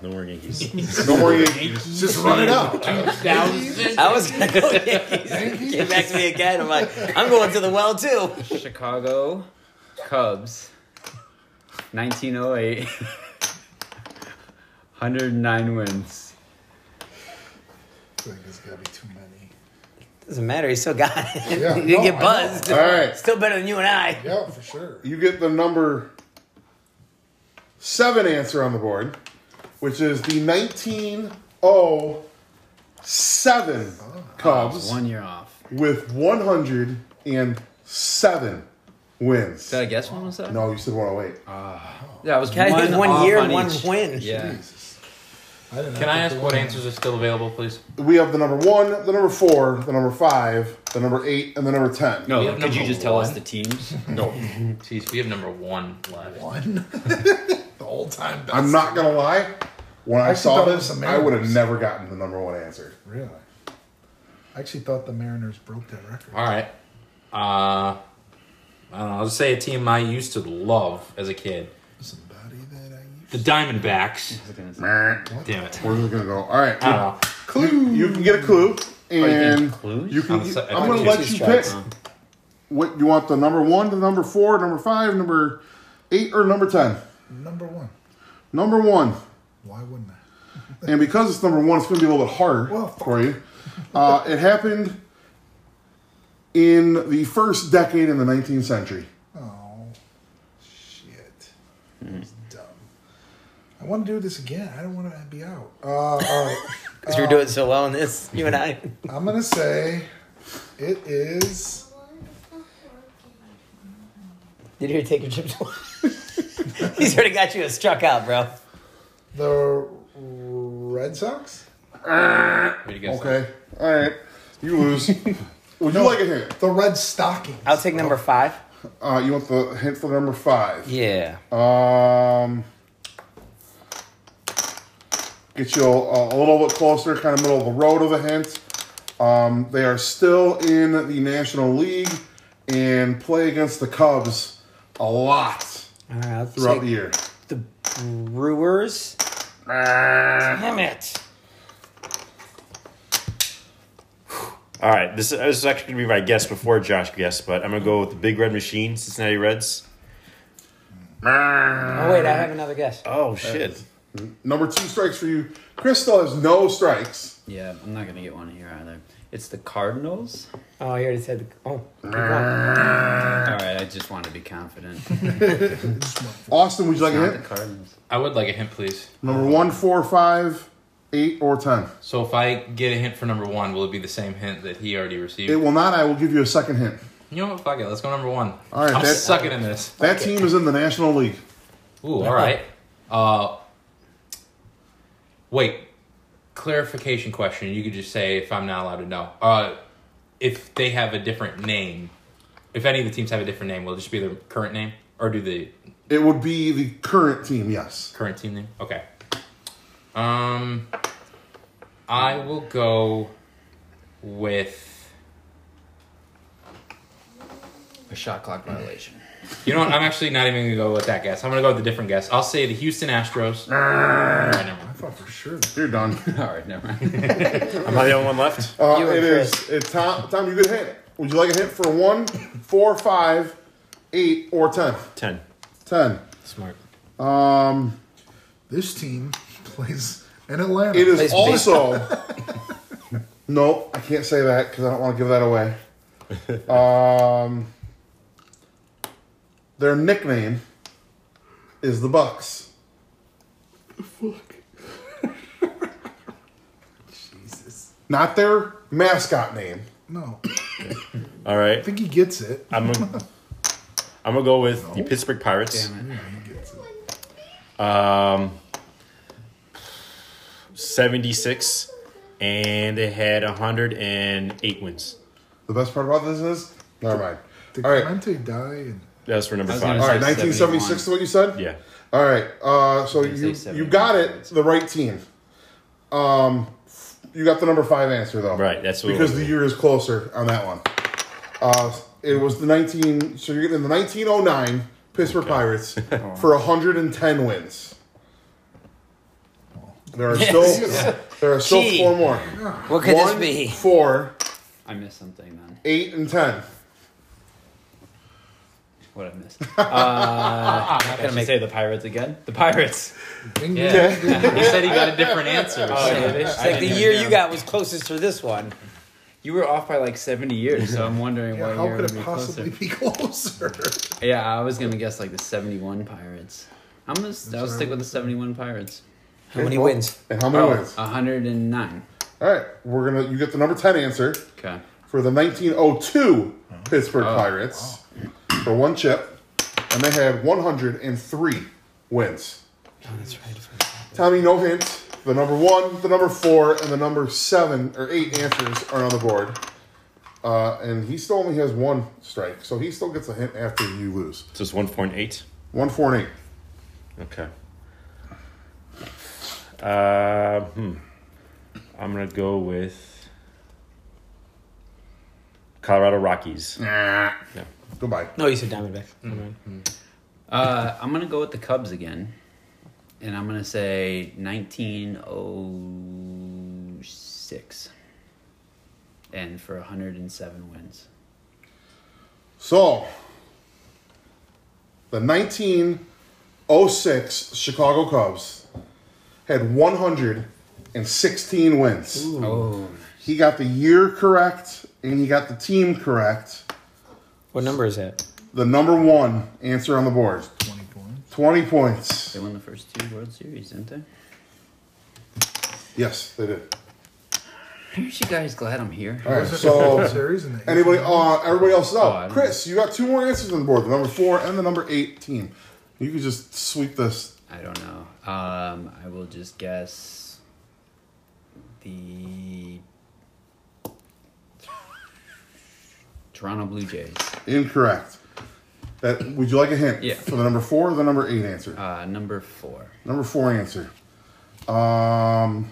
S7: no more Yankees.
S4: Don't worry, just run it up.
S2: I was gonna go Yankees. It Came back to me again. I'm like, I'm going to the well too.
S6: Chicago Cubs, 1908, 109 wins.
S3: I think there's got to be too many.
S2: Doesn't matter. He still got it.
S3: Yeah,
S2: he didn't
S3: no,
S2: get
S3: I
S2: buzzed.
S4: All right.
S2: Still better than you and I.
S3: Yeah, for sure.
S4: you get the number seven answer on the board, which is the 1907
S3: Ah.
S4: Cubs
S6: One year off.
S4: with 107 wins.
S6: Did I guess one was that?
S4: No, you said 108.
S6: Yeah, it was
S2: Guy
S6: one,
S2: did one
S6: off
S2: year
S6: on
S2: and one
S6: each.
S2: win.
S6: Yeah.
S3: I didn't
S5: Can I ask what answers are still available, please?
S4: We have the number one, the number four, the number five, the number eight, and the number 10.
S5: We
S6: No,
S5: have
S6: could you
S5: number
S6: just tell us
S5: one.
S6: the teams?
S4: no.
S5: Jeez, we have number one left.
S3: One. the whole time. Best.
S4: I'm not going to lie. When I,
S3: actually
S4: saw
S3: thought it was
S4: this,
S3: the
S4: I would have
S3: Mariners.
S4: never gotten the number one answer.
S3: Really? I actually thought the Mariners broke that record.
S5: All right. Uh, I don't know. I'll just say a team I used to love as a kid.
S3: Somebody that I used
S5: The Diamondbacks.
S4: We're
S5: Damn it.
S4: just going to go. All right.
S5: I don't know.
S4: clue. You can get a clue, and
S6: clues?
S4: you can.
S5: I'm
S4: I'm,
S5: so-
S4: going
S5: I'm
S4: to let
S5: confused
S4: you
S5: right
S4: pick. What you want? The number one, the number four, number five, number eight, or number ten?
S3: Number one.
S4: Number one,
S3: Why wouldn't I?
S4: and because it's number one, it's going to be a little bit harder
S3: Well, fuck.
S4: for you. Uh, it happened in the first decade in the 19th century.
S3: Oh, shit.
S2: Mm-hmm.
S3: That was dumb. I want to do this again. I don't want to be out. Uh, all right.
S2: Because we were doing so well in this, you and I.
S3: I'm going to say it is.
S2: Did you take your chips? He's already got you a struck out, bro.
S3: The Red Sox?
S5: What do you guys
S4: Okay, all right, you lose. Would you like a hint?
S3: The Red Stockings.
S2: I'll take number five.
S4: Uh, you want the hint for number five?
S2: Yeah.
S4: Um, get you a, a little bit closer, kind of middle of the road of a hint. Um, they are still in the National League and play against the Cubs a lot
S2: All right. I'll
S4: throughout
S2: take
S4: the year.
S2: the Brewers. Damn it.
S7: All right, this is, this is actually going to be my guess before Josh guessed, but I'm going to go with the Big Red Machine, Cincinnati Reds.
S2: Oh wait, I have another guess.
S7: Oh, shit.
S4: Mm-hmm. Number two strikes for you. Chris still has no strikes.
S6: Yeah, I'm not gonna get one here either. It's the Cardinals.
S2: Oh, he already said. The, oh,
S6: All right, I just want to be confident.
S4: Austin, would you like a
S6: Not the
S4: hint?
S6: Cardinals.
S5: I would like a hint, please.
S4: Number one, four, five, eight, or ten.
S5: So if I get a hint for number one, will it be the same hint that he already received?
S4: It will not. I will give you a second hint.
S5: you know what? Fuck it. Let's go number one.
S4: All right,
S5: I'm
S4: that's-
S5: sucking in this.
S4: That team is in the National League.
S5: Ooh, all right. Uh, wait. Clarification question. You could just say if I'm not allowed to know. Uh, if they have a different name, if any of the teams have a different name, will it just be their current name, or do the
S4: It would be the current team, yes.
S5: current team name? Okay. Um, I will go with.
S6: A shot clock violation.
S5: You know what? I'm actually not even gonna go with that guess. I'm gonna go with a different guess. I'll say the Houston Astros. Alright, never mind.
S3: I thought for sure.
S4: You're done.
S6: All right, never mind.
S7: Am I the only one left?
S4: Uh,
S2: You and
S4: it
S2: Chris.
S4: is. It's Tom. Tom, you get a hint. Would you like a hint for one, four, five, eight, or ten?
S7: 10.
S4: Ten.
S5: Smart.
S4: Um,
S3: This team plays in Atlanta.
S4: it is
S2: Plays
S4: also. no, I can't say that because I don't want to give that away. Um, their nickname is the Bucks.
S3: Jesus.
S4: Not their mascot name.
S3: No. I
S7: All right.
S3: think he gets it.
S7: I'm going to I'm gonna go with the Pittsburgh Pirates.
S6: Damn it.
S3: He gets it.
S7: Um, 76, and they had 108 wins.
S4: The best part about this is. Never mind.
S3: Did
S4: All right.
S3: Clemente die? And
S7: That's for number
S6: was
S7: five.
S6: gonna
S4: All right.
S6: It's like
S4: 1976 is what you said.
S7: Yeah.
S4: All right. Uh, so
S6: Didn't
S4: you
S6: say
S4: you
S6: 70.
S4: got it. The right team. Um, you got the number five answer though.
S7: Right, that's what it
S4: because
S7: was.
S4: the year is closer on that one. Uh, It was the 19. So you're getting the 1909 Pittsburgh Pirates for 110 wins. There are still there are still
S2: Gee.
S4: four more.
S2: What could
S4: One,
S2: this be?
S4: Four,
S6: I missed something then.
S4: eight, and ten.
S6: What I missed? Uh, I'm not gonna say the pirates again. The pirates. Oh,
S3: Ding,
S5: Yeah.
S3: ding.
S5: he said he got a different answer. so-
S2: It's like the year you got was closest to this one.
S6: You were off by like 70 years, so I'm wondering
S3: Yeah,
S6: what
S3: how
S6: year
S3: could
S6: would
S3: it
S6: be
S3: possibly
S6: closer.
S3: be closer?
S6: Yeah, I was gonna guess like the 71 pirates. I'm gonna I'll stick with the 71 pirates.
S2: How many wins?
S4: And how many
S6: Oh,
S4: wins?
S6: uh-huh. 109.
S4: All right, we're gonna. You get the number ten answer
S6: Okay.
S4: for the 1902 Pittsburgh Pirates for one chip, and they had 103 wins. Tommy, no hint. The number one, the number four, and the number seven or eight answers are on the board. Uh, and he still only has one strike, so he still gets a hint after you lose.
S7: So it's 1.8.
S4: One, four, and eight.
S7: Okay. Uh, hmm. I'm going to go with Colorado Rockies.
S4: Nah. Goodbye.
S2: No, you said Diamondbacks. Never mind.
S6: Mm-hmm. Uh, I'm gonna go with the Cubs again, and I'm gonna say 1906, and for 107 wins.
S4: So, the 1906 Chicago Cubs had 116 wins.
S6: Oh,
S4: He got the year correct and he got the team correct.
S2: What number is that?
S4: The number one answer on the board
S3: 20 points.
S4: 20 points.
S6: they won the first two World Series, didn't they?
S4: Yes, they did.
S6: Aren't you guys glad I'm here?
S4: All right,
S3: Was it the World
S4: so.
S3: Series in the
S4: Anybody? Uh, everybody else is
S6: Oh, I
S4: out.
S6: don't
S4: Chris, you got two more answers on the board: the number four and the number eight team. You could just sweep this.
S6: I don't know. Um, I will just guess the Toronto Blue Jays.
S4: Incorrect. That would you like a hint
S6: Yeah.
S4: for the number four or the number eight answer?
S6: Uh, number four.
S4: Number four answer. Um,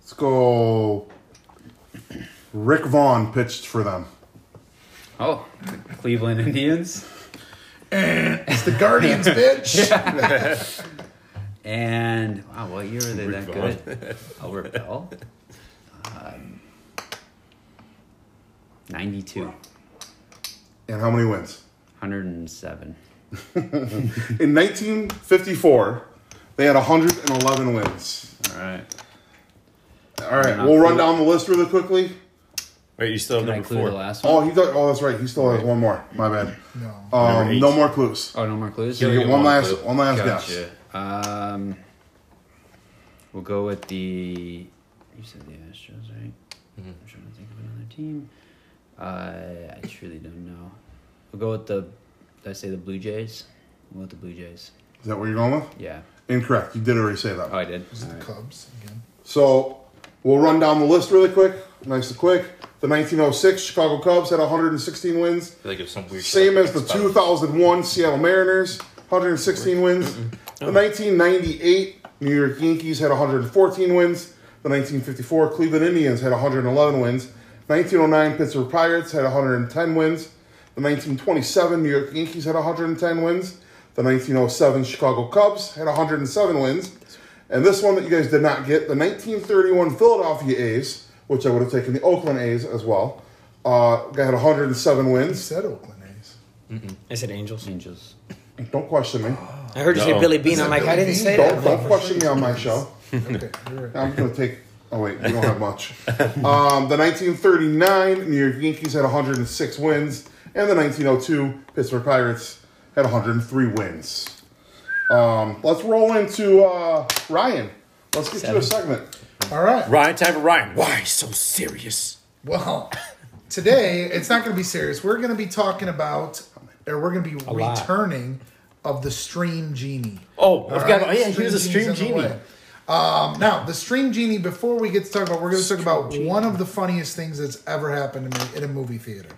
S4: let's go. Rick Vaughn pitched for them.
S6: Oh, the Cleveland Indians.
S3: It's the Guardians, bitch.
S6: And wow, what year were they
S7: Rick
S6: that
S7: Vaughn.
S6: good? Um, I'll repel. Um, 92,
S4: And how many wins?
S6: 107.
S4: In 1954, they had 111 wins.
S6: All right.
S4: All right, we'll run down the list really quickly.
S7: Wait, you still have
S6: Can I
S7: number
S6: include
S7: four.
S6: the last one?
S4: Oh, he thought. Oh, that's right. He still has one more. My bad.
S3: No.
S7: Number
S4: Um,
S7: eight.
S4: no more clues.
S6: Oh, no more clues?
S4: You get one last, one last guess.
S6: Gotcha. Um, we'll go with the. You said the Astros, right? I'm trying to think of another team. Uh, I truly don't know. We'll go with the. Did I say the Blue Jays? We'll go with the Blue Jays.
S4: Is that what you're going with?
S6: Yeah.
S4: Incorrect. You did already say that.
S6: Oh, I did.
S3: It's the Cubs again.
S4: So we'll run down the list really quick, nice and quick. The 1906 Chicago Cubs had 116 wins,
S5: I feel like it was some weird
S4: same
S5: shit.
S4: as the 2001 Seattle Mariners, 116 wins. The 1998 New York Yankees had 114 wins. The 1954 Cleveland Indians had 111 wins. 1909 Pittsburgh Pirates had 110 wins. The 1927 New York Yankees had 110 wins. The 1907 Chicago Cubs had 107 wins. And this one that you guys did not get, the 1931 Philadelphia A's, which I would have taken the Oakland A's as well, uh, had 107
S3: You
S4: wins.
S3: said Oakland A's.
S2: I said Angels.
S6: Angels.
S4: Don't question me.
S2: I heard you say
S7: No.
S2: Billy Bean. I'm like, I didn't say
S4: Don't,
S2: that.
S4: don't question me on my show.
S3: Okay, you're right.
S4: I'm going to take. Oh, wait, we don't have much. Um, the 1939 New York Yankees had 106 wins, and the 1902 Pittsburgh Pirates had 103 wins. Um, let's roll into uh, Ryan. Let's get you a segment.
S3: All right.
S7: Ryan, time for Ryan. Why so serious?
S3: Well, today it's not going to be serious. We're going to be talking about, or we're going to be
S2: lot.
S3: returning of the Stream Genie.
S7: Oh, I've got.
S3: All
S7: Oh
S3: right?
S7: yeah, here's a stream
S3: Genie's in the
S7: genie.
S3: way. Um, now, the Stream Genie, before we get to talk about, we're going to talk about one of the funniest things that's ever happened to me in a movie theater.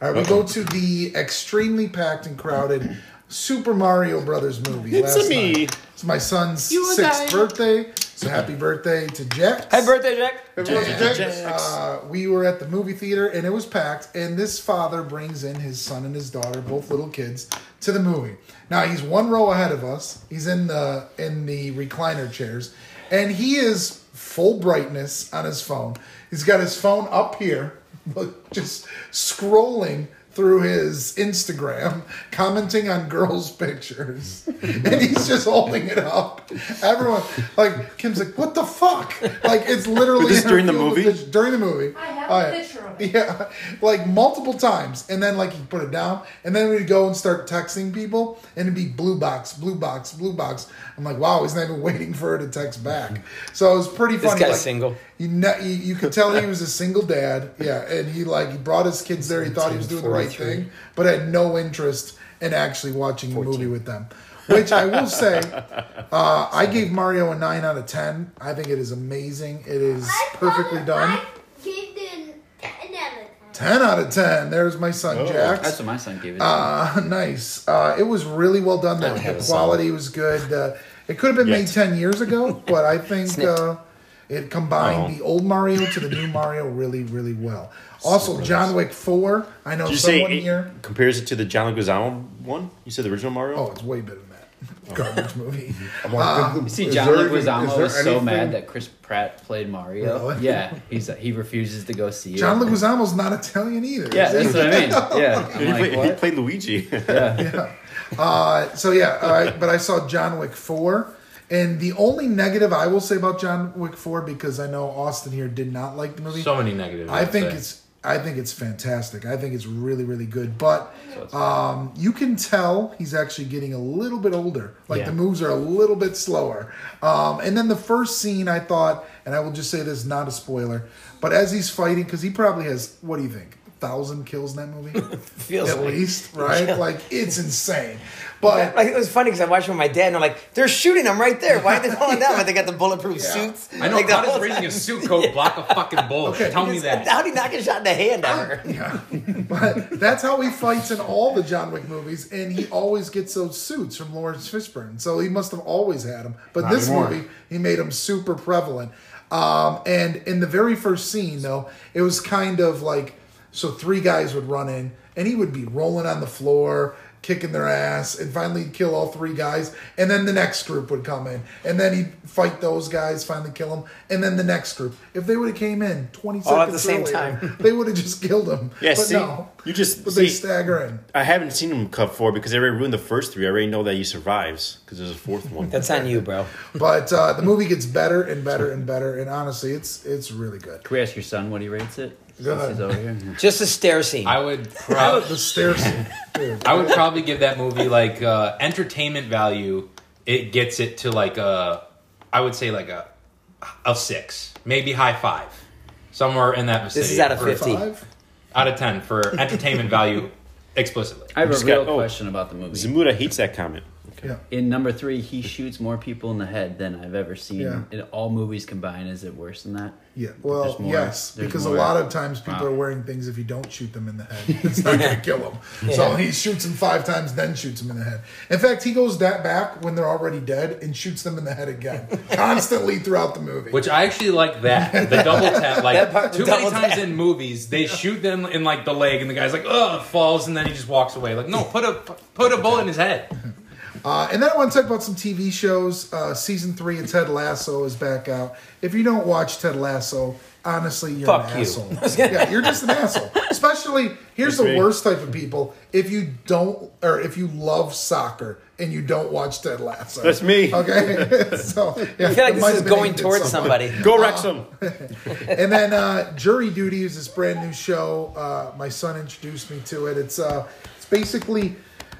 S3: All right, we go to the extremely packed and crowded Super Mario Brothers movie.
S7: It's-a
S3: last
S7: me.
S3: night. It's my son's sixth birthday, so So happy birthday to Jex.
S2: Happy birthday, Jack.
S4: Everyone's
S7: Jack.
S4: Jack.
S3: Uh, we were at the movie theater and it was packed. And this father brings in his son and his daughter, both little kids, to the movie. Now he's one row ahead of us. He's in the in the recliner chairs, and he is full brightness on his phone. He's got his phone up here, look, just scrolling through his Instagram, commenting on girls' pictures, and he's just holding it up. Everyone, like Kim's, like, "What the fuck?" Like it's literally
S7: This during the
S3: interfering with
S7: movie?
S3: the during the movie.
S8: I have
S3: Oh,
S8: a
S3: yeah.
S8: picture of it.
S3: Yeah, like multiple times, and then like he put it down, and then we'd go and start texting people, and it'd be blue box, blue box, blue box. I'm like, wow, he's not even waiting for her to text back. So it was pretty funny.
S2: guy's
S3: like,
S2: single.
S3: You, know, you you could tell he was a single dad. Yeah, and he like he brought his kids there. He thought he was doing the right thing, but had no interest in actually watching the movie with them. Which I will say, uh, I gave Mario a nine out of ten. I think it is amazing. It is perfectly done.
S9: I gave it an 10 out of 10.
S3: 10 out of 10. There's my son,
S6: That's
S3: Jax.
S6: what my son gave it.
S3: Uh, nice. Uh, it was really well done. The, the quality was good. Uh, it could have been made 10 years ago, but I think uh, it combined
S7: Oh.
S3: the old Mario to the new Mario really, really well. Also, John Wick 4. I know
S7: Did you say
S3: someone
S7: it
S3: here.
S7: compares it to the John Leguizamo one? You said the original Mario? Oh.
S3: Oh, it's way better than that. Garbage Uh, movie.
S6: You see, John Leguizamo was so mad that Chris Pratt played Mario.
S3: Really?
S6: Yeah, he's he refuses to go see it.
S3: John Leguizamo's not Italian either.
S6: Yeah,
S3: is he?
S6: that's what I mean. Yeah, I'm
S7: He,
S6: like,
S7: play- he
S6: what?
S7: played Luigi.
S3: Uh, so yeah, all right, but I saw John Wick four, and the only negative I will say about John Wick four because I know Austin here did not like the movie.
S5: So many negatives.
S3: I
S5: I'd
S3: think
S5: say.
S3: it's I think it's fantastic. I think it's really really good, but um, you can tell he's actually getting a little bit older. Like
S2: Yeah.
S3: the moves are a little bit slower. Um, and then the first scene, I thought, and I will just say this, not a spoiler, but as he's fighting, because he probably has what do you think, thousand kills in that movie?
S2: Feels
S3: at
S2: like-
S3: least, right? Like it's insane. But
S2: Like it was funny because I watched it with my dad, and I'm like, they're shooting them right there. Why are they falling down? But they got the bulletproof suits.
S5: I know
S2: Like, the
S5: how
S2: whole
S5: does raising a suit coat block a fucking bullet?
S3: Okay.
S5: Tell
S2: time-
S5: me that.
S2: How do you not get shot in the hand ever?
S3: but that's how he fights in all the John Wick movies, and he always gets those suits from Lawrence Fishburne. So he must have always had them. But
S4: Not
S3: this
S4: anymore.
S3: movie, he made them super prevalent. Um, and in the very first scene, though, it was kind of like so three guys would run in, and he would be rolling on the floor. Kicking their ass, and finally he'd kill all three guys, and then the next group would come in, and then he'd fight those guys, finally kill them, and then the next group. If they would have came in twenty seconds
S2: All at the same
S3: earlier,
S2: time.
S3: they would have just killed them.
S7: Yeah,
S3: but
S7: see,
S3: no,
S7: you just-
S3: but they
S7: see-
S3: stagger in.
S7: I haven't seen him cut four because they already ruined the first three. I already know that he survives because there's a fourth one.
S2: That's on you, bro.
S3: But uh, the movie gets better and better and better, and honestly, it's it's really good.
S6: Can we ask your son what he rates it?
S3: Go
S6: Since he's over here.
S2: Just a stair scene.
S5: I would probably.
S3: The stair scene, dude.
S5: I would probably give that movie like uh, entertainment value. It gets it to like a, I would say like a, a six, maybe high five, somewhere in that vicinity.
S2: this is out of
S5: for-
S2: fifty.
S3: Five.
S5: out of ten for entertainment value explicitly.
S6: I have a
S7: Just got-
S6: real
S7: oh.
S6: question about the movie.
S7: Zamuda hates that comment. Okay.
S3: Yeah.
S6: In number three, he shoots more people in the head than I've ever seen
S3: Yeah.
S6: in all movies combined. Is it worse than that?
S3: Yeah. Well,
S6: There's more.
S3: yes,
S6: There's
S3: because
S6: more.
S3: a lot of times people
S6: Wow.
S3: are wearing things if you don't shoot them in the head, it's not going to kill them. So he shoots them five times, then shoots them in the head. In fact, he goes that back when they're already dead and shoots them in the head again, constantly throughout the movie.
S5: Which I actually like that the double tap. Like
S2: That part,
S5: too
S2: double
S5: many times
S2: tap.
S5: in movies, they shoot them in like the leg, and the guy's like, "Ugh," falls, and then he just walks away. Like, no, put a put a bullet in his head.
S3: Uh, and then I want to talk about some TV shows. Uh, season three of Ted Lasso is back out. If you don't watch Ted Lasso, honestly, you're
S2: Fuck
S3: an
S2: you.
S3: asshole. yeah, you're just an asshole. Especially, here's the
S7: me.
S3: worst type of people: if you don't, or if you love soccer and you don't watch Ted Lasso.
S7: That's me.
S3: Okay, so yeah,
S2: I feel like this is going towards somebody.
S7: Go Wrexham.
S3: and then uh, Jury Duty is this brand new show. Uh, my son introduced me to it. It's uh, it's basically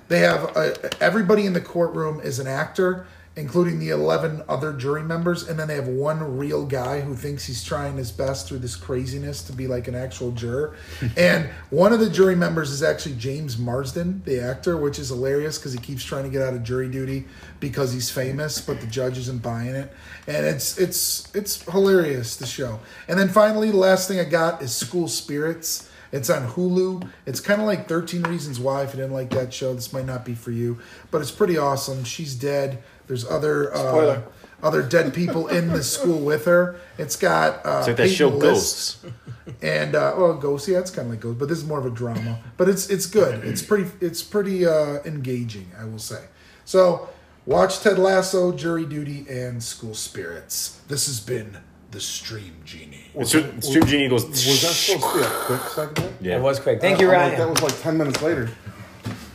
S3: they have uh everybody in the courtroom is an actor, including the eleven other jury members, and then they have one real guy who thinks he's trying his best through this craziness to be like an actual juror. and one of the jury members is actually James Marsden, the actor, which is hilarious because he keeps trying to get out of jury duty because he's famous, but the judge isn't buying it, and it's it's it's hilarious the show. And then finally, the last thing I got is School Spirits. It's on Hulu. It's kind of like Thirteen Reasons Why. If you didn't like that show, this might not be for you, but it's pretty awesome. She's dead. There's other uh,
S1: Spoiler.
S3: other dead people in the school with her. It's got uh,
S7: It's like that show
S3: Peyton List
S7: Ghosts.
S3: and uh, well, Ghost. Yeah, it's kind of like Ghost, but this is more of a drama. But it's it's good. It's pretty it's pretty uh, engaging, I will say. So watch Ted Lasso, Jury Duty, and School Spirits. This has been the Stream Genie.
S7: It's Stream Genie goes.
S4: Was that supposed to be a quick segment?
S7: Yeah.
S2: It was quick. Thank you,
S4: Uh, I'm like, that
S2: Ryan.
S4: was like 10 minutes later.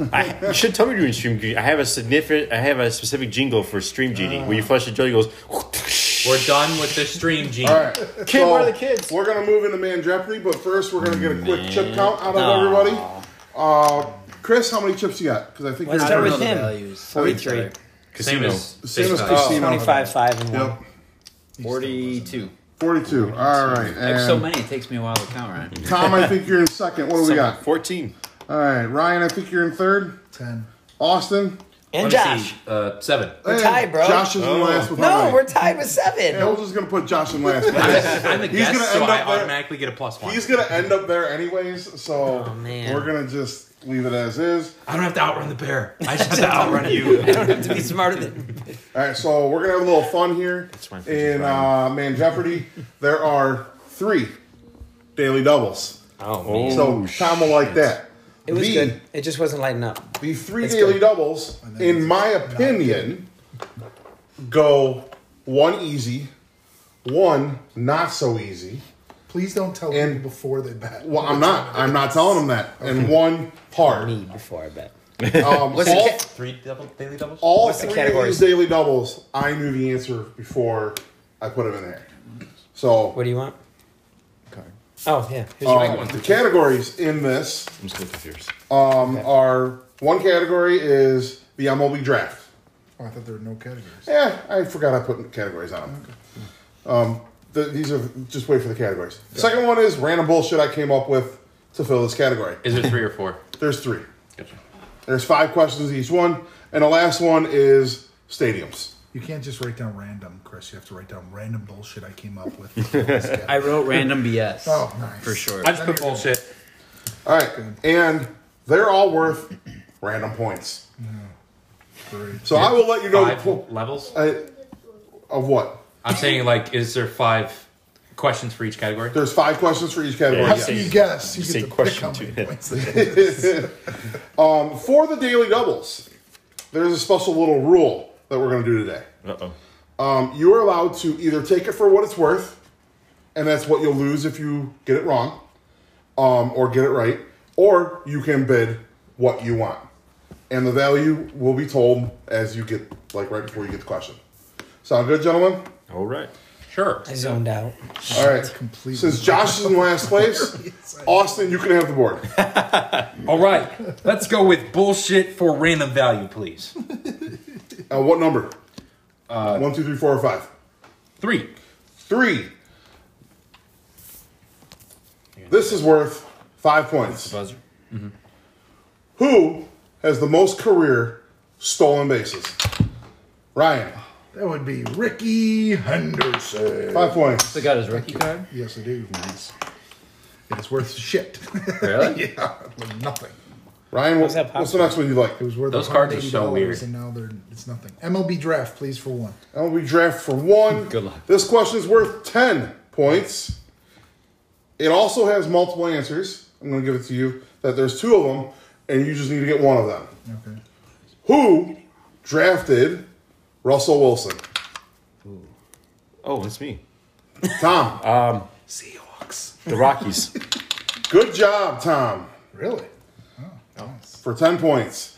S7: I, you should tell me you're doing Stream Genie. I have a significant. I have a specific jingle for Stream Genie where you flush the jelly. it Goes.
S5: We're done with the stream, Gene.
S4: All right.
S7: Kid, where are the kids?
S4: We're going to move into Man Jeopardy, but first we're going to get a quick chip count out of everybody. Uh, Chris, how many chips you got? Because I think
S2: Let's
S4: you're-
S2: start
S6: don't know
S2: with
S6: the
S2: him.
S6: values.
S2: Forty-three.
S5: Same as
S4: Same as
S5: Fish Fry.
S4: Christina.
S2: Twenty-five, five, and one.
S4: Yep.
S6: 42.
S4: 42. All right.
S6: I have so
S4: And
S6: many, it takes me a while to count, Ryan.
S4: Tom, I think you're in second. What do we got?
S7: Fourteen.
S4: All right. Ryan, I think you're in third.
S3: Ten.
S4: Austin.
S2: And
S5: Let me
S2: Josh.
S5: see, Uh, seven.
S4: Hey,
S2: tied, bro.
S4: Josh is
S7: Oh.
S4: in last with how
S2: No,
S4: many?
S2: we're tied with seven.
S4: Hey, we're just gonna put Josh in last. place.
S5: I'm the
S4: He's
S5: guest,
S4: gonna
S5: so
S4: end
S5: I
S4: up there.
S5: automatically get a plus one.
S4: He's gonna end up there anyways, so
S2: Oh, man.
S4: we're gonna just leave it as is.
S5: I don't have to outrun the bear. I just have to outrun you.
S2: I don't have to be smarter than.
S4: All right, so we're gonna have a little fun here
S7: my favorite
S4: in uh, Man Jeopardy. There are three daily doubles,
S2: Oh man,
S4: so Tom will like that.
S2: it was
S4: the,
S2: good. It just wasn't lighting up.
S4: The three daily doubles, in my opinion, go one easy, one not so easy.
S3: Please don't tell
S4: And-
S3: people before they bet.
S4: Well, I'm not. I'm not telling them that. And one hard.
S2: Me before I bet.
S4: Um, all,
S5: Three double, daily doubles?
S4: all
S2: What's the
S4: three of
S2: categories?
S4: these daily doubles, I knew the answer before I put them in there. So
S2: What do you want? Oh yeah. Here's your
S4: um, the categories in this
S7: I'm still confused.
S4: um, are one category is the MLB draft.
S3: Oh, I thought there were no categories.
S4: Yeah, I forgot I put categories on them. Um, the, these are just wait for the categories. Second one is random bullshit I came up with to fill this category.
S5: Is it three or four?
S4: There's three.
S5: Gotcha.
S4: There's five questions each one, and the last one is stadiums.
S3: You can't just write down random, Chris. You have to write down random bullshit I came up with.
S6: I wrote random BS.
S3: Oh, nice.
S6: For sure.
S5: I just put bullshit.
S4: All right, and they're all worth random points.
S3: Great.
S4: So I will let you know the
S5: Five
S4: po-
S5: levels?
S4: uh, of what.
S5: I'm saying, like, is there five questions for each category?
S4: There's five questions for each category.
S7: Yeah,
S4: yes.
S3: After you guess, you
S7: Just
S3: get
S7: say
S3: to pick
S7: question
S3: how
S7: two.
S3: many points. they-
S4: um, for the daily doubles, there's a special little rule that we're going to do today.
S7: Uh oh.
S4: Um, you are allowed to either take it for what it's worth, and that's what you'll lose if you get it wrong, um, or get it right, or you can bid what you want, and the value will be told as you get like right before you get the question. Sound good, gentlemen?
S7: All right.
S5: Sure.
S2: I zoned out.
S4: All right.
S3: completely-
S4: Since Josh is in last place, Austin, you can have the board.
S5: All right. Let's go with bullshit for random value, please. Uh,
S4: Uh, what number? One, two, three, four, or five.
S5: Three.
S4: Three. This is worth five points.
S5: Buzzer. Mm-hmm.
S4: Who has the most career stolen bases? Ryan,
S3: That would be Ricky Henderson.
S4: five points.
S6: I got his rookie card.
S3: Yes, I do. Nice. It's worth shit.
S6: Really?
S3: yeah, like nothing.
S4: Ryan, what,
S2: How's that
S4: what's the next one you like?
S3: It was worth
S5: Those cards are so
S3: $180,
S5: weird.
S3: and now they're it's nothing. MLB draft, please for one.
S4: MLB draft for one.
S6: Good luck.
S4: This question is worth 10 points. It also has multiple answers. I'm going to give it to you that there's two of them, and you just need to get one of them.
S3: Okay.
S4: Who drafted Russell Wilson?
S7: Oh, it's me. Um,
S4: Tom.
S7: The Rockies.
S4: good job, Tom,
S3: Really?
S5: Oh,
S7: Oh.
S4: for 10 points.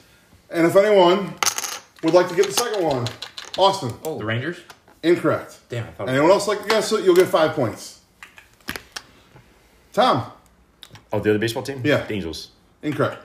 S4: And if anyone would like to get the second one, Austin,
S7: Oh.
S5: The Rangers?
S4: incorrect.
S5: Damn, I thought
S4: Anyone else like to guess it? You'll get five points. Tom,
S7: oh, the other baseball team.
S4: Yeah.
S7: The Angels.
S4: incorrect.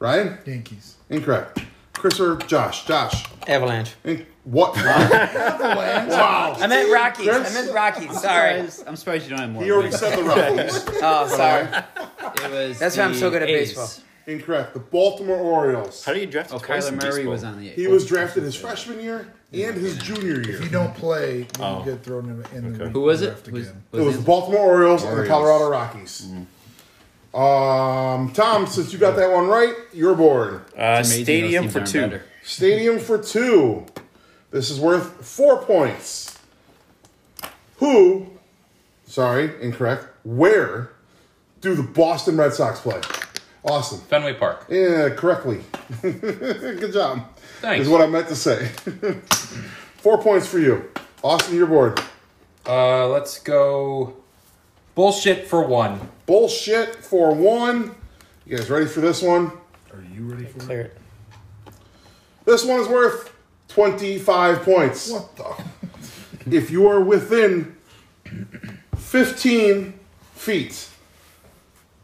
S4: Ryan,
S3: Yankees.
S4: incorrect. Chris or Josh? Josh.
S2: Avalanche.
S4: In- eh, what? wow.
S2: I meant Rockies.
S4: Chris?
S2: I meant Rockies. Sorry.
S6: I'm surprised you don't have more.
S4: He already said the Rockies.
S2: Oh, sorry.
S6: It was
S2: That's why I'm
S6: the
S2: so good at
S6: A's.
S2: baseball.
S4: incorrect. The Baltimore Orioles.
S7: How do you draft?
S6: Oh,
S7: twice
S6: Kyler
S7: in
S6: Murray
S7: baseball?
S6: was on the A's.
S4: He was drafted his freshman year and his junior year.
S3: You don't play, you
S5: Oh.
S3: get thrown in, in the
S6: Who was it?
S3: draft
S6: Was,
S3: again.
S4: It was the Baltimore Orioles, and the Colorado Rockies.
S7: Mm.
S4: Um, Tom, since you got that one right, you're bored.
S7: Uh, stadium for two.
S4: Stadium for two. This is worth four points. Who, sorry, incorrect, where do the Boston Red Sox play? Awesome.
S5: Fenway Park.
S4: Yeah, correctly. Good job.
S5: Thanks.
S4: Is what I meant to say. Four points for you. Austin, you're bored.
S5: Uh, let's go. Bullshit for one.
S4: Bullshit for one. You guys ready for this one?
S3: Are you ready for
S2: Clear it.
S4: This one is worth 25 points.
S3: What the?
S4: If you are within 15 feet,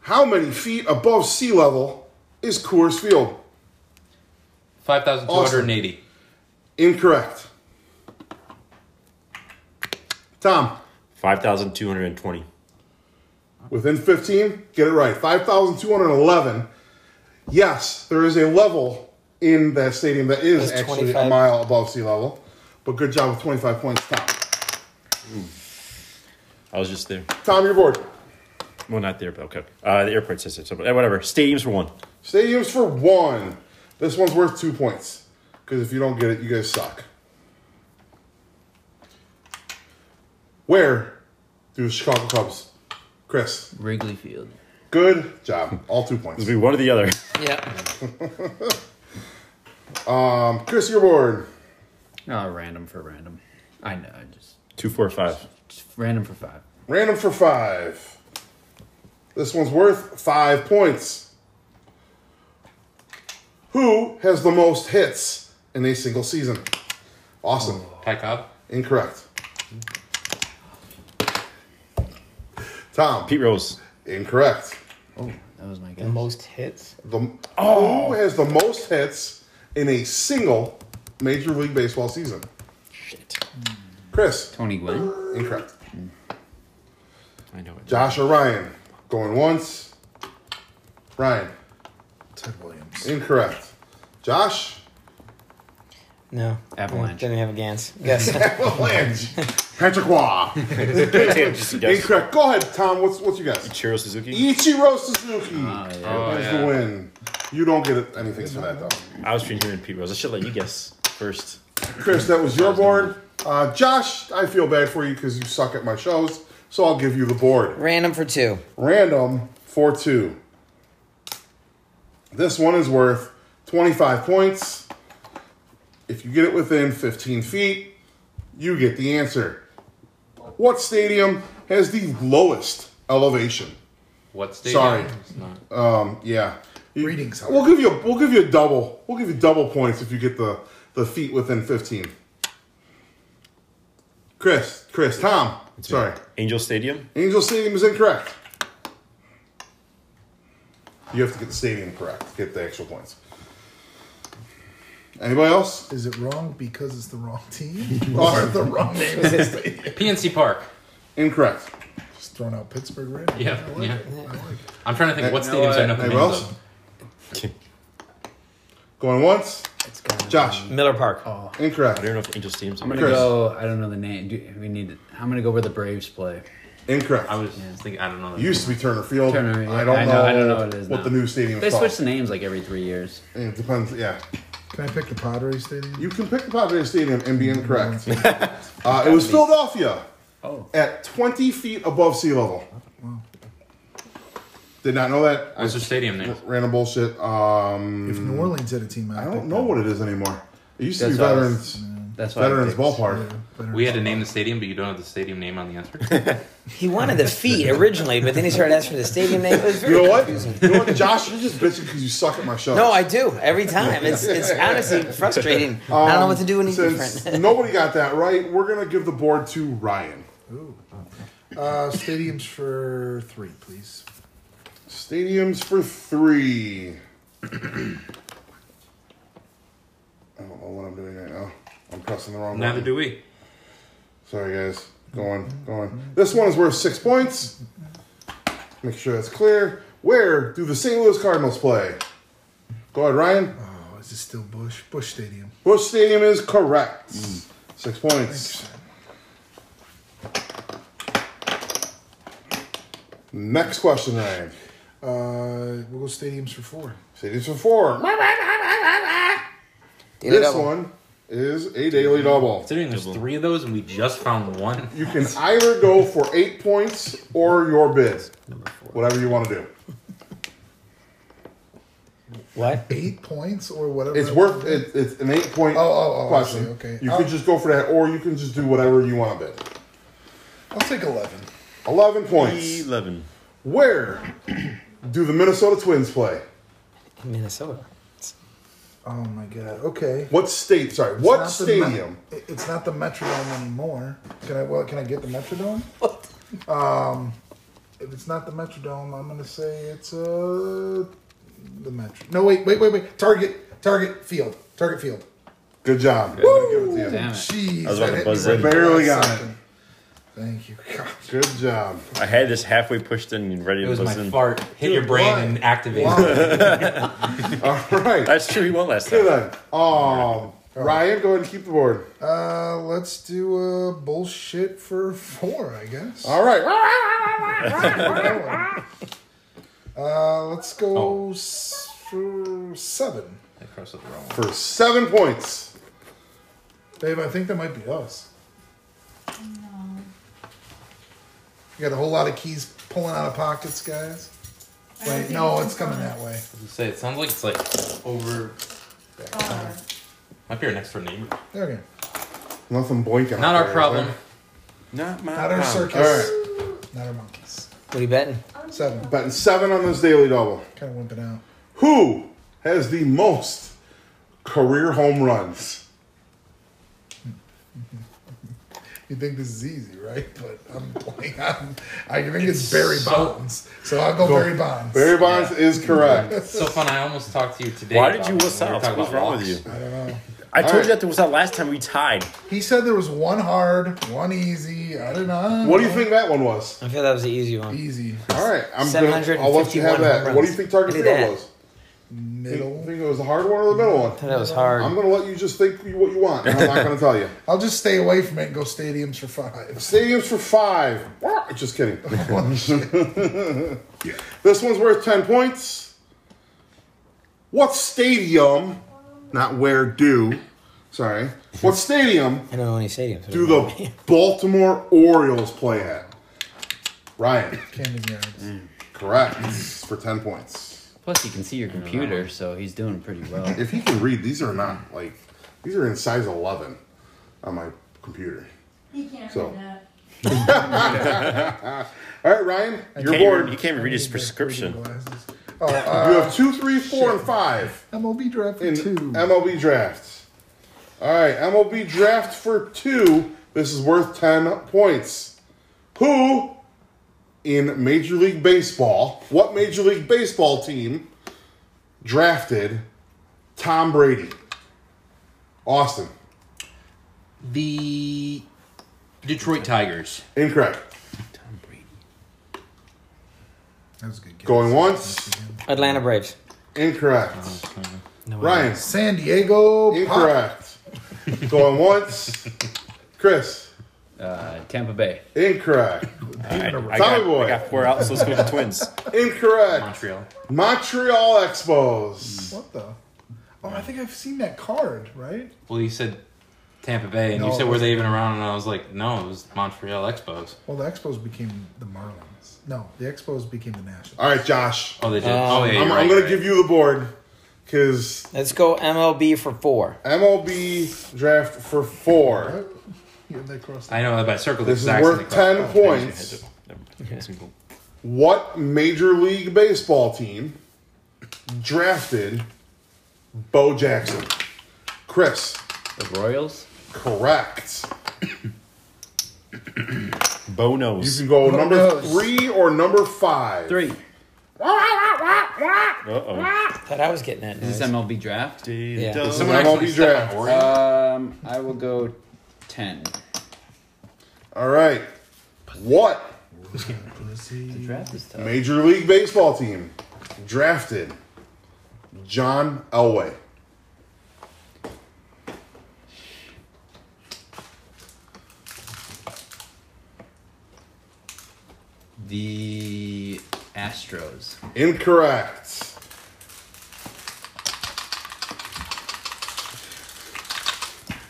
S4: how many feet above sea level is Coors Field?
S5: Five thousand two hundred and eighty.
S4: Incorrect. Tom,
S7: 5,220.
S4: within 15, get it right. 5,211. Yes, there is a level in that stadium that is
S2: That's
S4: actually
S2: 25.
S4: a mile above sea level. But good job with 25 points, Tom.
S7: Hmm. I was just there.
S4: Tom, you're bored.
S7: Well, not there, but okay. Uh, the airport system. So, uh, whatever. Stadiums for one.
S4: Stadiums for one. This one's worth two points. Because if you don't get it, you guys suck. Where do the Chicago Cubs? Chris,
S6: Wrigley Field.
S4: good job. All two points.
S7: It'll be one or the other.
S2: Yeah.
S4: Um, Chris, you're bored.
S6: No, Oh, random for random. I know. I just,
S7: Two, four, five.
S6: just random for five.
S4: Random for five. This one's worth five points. Who has the most hits in a single season? Awesome.
S5: Ty Cobb.
S4: Incorrect. Tom.
S7: Pete Rose.
S4: Incorrect.
S6: Oh, That was my
S2: The
S6: guess.
S2: most hits.
S4: The, Who has the most hits in a single Major League Baseball season?
S7: Shit.
S4: Chris.
S6: Tony Gwynn.
S4: Incorrect.
S7: I know it.
S4: Josh or Ryan? Going once. Ryan.
S3: Ted Williams.
S4: Incorrect. Josh.
S2: No.
S6: Avalanche.
S2: Didn't have a Gans. Yes.
S4: Avalanche. Pantaquah.
S7: just a guess.
S4: Incorrect. Go ahead, Tom. What's what's your guess?
S7: Chiro Suzuki.
S4: Ichiro Suzuki.
S6: Ah, yeah.
S4: That's
S5: yeah.
S4: the win. You don't get anything for that though.
S7: I was between here and Pete Rose. I should let you guess first.
S4: Chris, that was your board. Uh, Josh, I feel bad for you because you suck at my shows, so I'll give you the board.
S2: Random for two.
S4: Random for two. This one is worth 25 points. If you get it within 15 feet, you get the answer. What stadium has the lowest elevation?
S5: What stadium?
S4: Sorry.
S5: It's not.
S4: Um, yeah. You-
S3: Readings. however.
S4: We'll give you a, we'll give you a double. We'll give you double points if you get the the feet within 15. Chris, Chris, Tom. sorry.
S7: Angel Stadium.
S4: Angel Stadium is incorrect. You have to get the stadium correct. to Get the actual points. Anybody else?
S3: Is it wrong because it's the wrong team? or
S4: Awesome.
S3: the wrong name of the stadium?
S5: PNC Park.
S4: Incorrect.
S3: Just throwing out Pittsburgh random.
S5: Yeah,
S3: I like
S5: yeah.
S3: it. I like it.
S5: I'm trying to think what
S6: You know
S5: stadiums I
S6: what?
S5: know the
S4: Anybody
S5: names
S4: else?
S5: of.
S4: Going once.
S2: It's gone.
S4: Josh.
S2: Miller Park.
S3: Oh.
S7: I
S4: Incorrect.
S7: don't know if Angel Stadium's.
S6: I'm gonna
S4: Chris.
S6: go. I don't know the name. Do, we need. To, I'm gonna go where the Braves play.
S4: Incorrect.
S5: I was just thinking. I don't know.
S4: It used to be Turner Field.
S6: Turner, yeah.
S4: I don't
S6: I
S4: know.
S6: know- I don't know what it is now.
S4: the new stadium
S6: They
S4: is called.
S6: switch the names like every three years.
S4: It depends. Yeah.
S3: Can I pick the Padres stadium?
S4: You can pick the Padres Stadium and be incorrect. uh, it was Philadelphia
S6: Oh,
S4: at 20 feet above sea level. Did not know that.
S5: What's their stadium name?
S4: Random bullshit. Um,
S3: if New Orleans had a team, I'd
S4: I
S3: pick
S4: don't know
S3: that.
S4: what it is anymore. It used to
S6: That's
S4: be
S6: what I
S4: Veterans
S6: that's why. I
S4: Veterans
S6: picked-
S4: Ballpark.
S3: Better
S5: We had to name the stadium, but you don't have the stadium name on the answer.
S2: He wanted the feet originally, but then he started asking for the stadium name. It was very
S4: You know what?
S2: confusing.
S4: You know what, Josh? You're just bitching because you suck at my show.
S2: No, I do every time. It's it's honestly frustrating. I don't know what to do
S3: Um,
S2: when he's
S4: Since
S2: different.
S4: nobody got that right, we're gonna give the board to Ryan.
S3: Uh, stadiums for three, please.
S4: Stadiums for three. Oh, I don't know oh, what I'm doing right now. I'm pressing the wrong
S5: Neither
S4: button.
S5: do we.
S4: Sorry, guys. Going, going. This one is worth six points. Make sure that's clear. Where do the St. Louis Cardinals play? Go ahead, Ryan.
S3: Oh, is it still Bush? Bush Stadium.
S4: Bush Stadium is correct. Six points. Next question, Ryan.
S3: Uh, we'll go stadiums for four.
S4: Stadiums for four.
S2: Need a
S4: This
S2: double.
S4: one is a daily double.
S5: Considering there's three of those and we just found one.
S4: You can either go for eight points or your bid, whatever you want to do.
S2: What?
S3: Eight points or whatever.
S4: It's worth it, it's an eight point
S3: Oh, oh, oh, I see,
S4: question.
S3: okay.
S4: You
S3: I'll-
S4: could just go for that, or you can just do whatever you want to bid.
S3: I'll take eleven.
S4: Eleven points.
S7: Eleven.
S4: Where do the Minnesota Twins play?
S2: Minnesota.
S3: Oh my god. Okay.
S4: What state? Sorry,
S3: It's
S4: what
S3: not the Met-
S4: stadium?
S3: it- it's not the Metrodome anymore. Can I? Well, can I get the Metrodome? Um,
S2: What?
S3: If it's not the Metrodome, I'm gonna say it's uh the Metro. No, wait, wait, wait, wait. Target, Target Field, Target Field.
S4: Good job. I'm gonna give it to you.
S5: Damn it.
S3: Jeez,
S7: I was about
S3: that
S7: to
S3: hit
S7: buzz
S3: me
S7: in.
S3: right
S4: Barely
S3: last
S4: got it.
S3: second. Thank you. God.
S4: Good job.
S7: I had this halfway pushed in and ready
S5: It
S7: to
S5: was my
S7: listen.
S5: fart. Hit your brain
S3: why?
S5: and activate.
S4: All right.
S7: That's true. He won last
S4: Okay,
S7: time.
S4: then. Um, Ryan, go ahead and keep the board.
S3: Oh. Uh, let's do uh, bullshit for four, I guess.
S4: All right.
S3: Uh, let's go
S5: Oh.
S3: s- for seven.
S5: I crossed it the wrong one.
S4: For seven points.
S3: Dave, I think that might be us. You got a whole lot of keys pulling out of pockets, guys. Wait, no, it's coming that way.
S5: Say it sounds like it's like over.
S8: Far.
S5: Might be our next door neighbor.
S3: There we go.
S4: Nothing blinking. out
S5: Not our
S4: there,
S5: problem.
S4: is
S7: Not my.
S3: Not our
S7: problem.
S3: circus.
S4: All
S3: Not our monkeys.
S2: What are you betting?
S3: Seven.
S4: there? Betting seven on this daily double.
S3: Kind of wimping out.
S4: Who has the most career home runs?
S3: You think this is easy, right? But I'm playing. I'm, I think it's Barry Bonds. So I'll go, Barry Bonds.
S4: Barry Bonds is correct.
S5: It's so fun. I almost talked to you today.
S7: Why did
S5: about
S7: you
S5: it when we
S7: wuss
S5: were
S7: out?
S5: talking
S7: What's
S5: about
S7: wrong with
S5: walks.
S7: you? I told
S4: Alright.
S7: you that there was that last time we tied.
S3: He said there was one hard, one easy. I don't know.
S4: What do you think that one was?
S2: I feel that was the easy one.
S3: Easy.
S4: All right. I'm gonna, I'll let you
S2: 751
S4: have
S2: home
S4: that.
S2: runs.
S4: What do you think target
S2: Look
S4: field
S2: at that.
S4: was? You
S3: Middle.
S4: think it was the hard one or the middle one?
S2: That was hard.
S4: I'm going to let you just think what you want. and I'm not going to tell you.
S3: I'll just stay away from it and go stadiums for five.
S4: Stadiums for five. Wah! Just kidding.
S2: Oh,
S4: this one's worth 10 points. What stadium, not where do, sorry, what stadium
S2: I don't know any stadiums.
S4: do the Baltimore Orioles play at? Ryan, Mm,
S3: Camden Yards.
S4: correct, for 10 points.
S6: Plus, he can see your computer, so he's doing pretty well.
S4: If he can read, these are not like, these are in size 11 on my computer.
S8: He can't
S4: So.
S8: read that.
S4: All right, Ryan, you're
S7: Can't even-
S4: bored.
S7: You can't even read his prescription.
S3: Glasses. Oh, uh,
S4: You have two, three, four, and five.
S3: MLB draft for
S4: in
S3: two.
S4: MLB draft. All right, MLB draft for two. This is worth 10 points. Who in Major League Baseball, what Major League Baseball team drafted Tom Brady? Austin.
S5: The Detroit Tigers.
S4: Incorrect.
S3: that was a good guess.
S4: Going once.
S2: Atlanta Braves.
S4: Incorrect. Ryan.
S3: Oh, San Diego. Padres.
S4: Incorrect. Going once. Chris.
S6: Uh, Tampa Bay.
S4: Incorrect.
S7: I, I,
S4: Tommy
S7: got,
S4: boy.
S7: I got four out, so let's go with the twins.
S4: Incorrect.
S5: Montreal.
S4: Montreal Expos.
S3: What the? Oh, I think I've seen that card, right?
S5: Well, you said Tampa Bay, and
S3: No,
S5: you
S3: it
S5: said were they even around? And I was like, no, it was Montreal Expos.
S3: Well, the Expos became the Marlins. No, the Expos became the Nationals.
S4: All right, Josh.
S5: Oh, they did.
S3: Um,
S5: oh, yeah, you're
S4: I'm,
S5: right,
S4: I'm going
S5: right.
S4: to give you the board because
S2: Let's go MLB for four.
S4: MLB draft for four.
S3: Yeah, they crossed.
S5: I know that, but I circled
S4: This is
S5: exactly
S4: worth 10 points. What Major League Baseball team drafted Bo Jackson? Chris,
S6: The Royals.
S4: correct. You
S7: Bonos.
S4: can go
S3: Bo
S4: number
S3: knows.
S4: three or number five.
S6: Three.
S7: Uh oh.
S2: Thought I was getting that.
S6: Is
S2: Noise.
S6: this MLB draft?
S2: Yeah.
S4: This is an MLB draft.
S6: Um, I will go ten.
S4: All right. What
S6: Draft is tough.
S4: Major League Baseball team drafted John Elway?
S6: The Astros.
S4: Incorrect.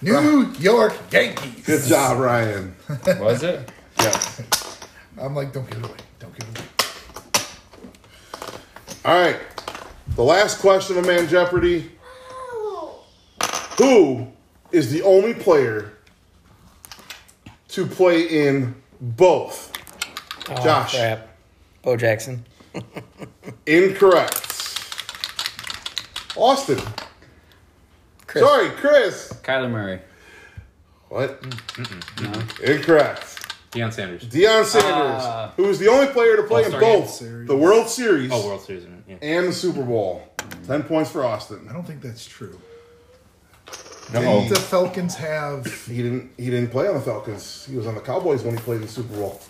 S3: New York Yankees.
S4: Good job, Ryan.
S5: Was it?
S3: I'm like, don't give it away. Don't give it away.
S4: All right. The last question of Man Jeopardy. Who is the only player to play in both? Josh.
S2: Oh, Crap. Bo Jackson.
S4: Incorrect. Austin.
S2: Chris.
S4: Sorry, Chris.
S6: Kyler Murray.
S4: What? Incorrect.
S5: Deion Sanders. Uh,
S4: Deion Sanders, who is the only player to play in
S5: All-Star
S4: both the World Series
S5: Oh, World Series. isn't it? Yeah.
S4: and the Super Bowl. Ten points for Austin.
S3: I don't think that's true.
S4: No.
S3: The Falcons have.
S4: He didn't. He didn't play on the Falcons. He was on the Cowboys when he played in the Super Bowl.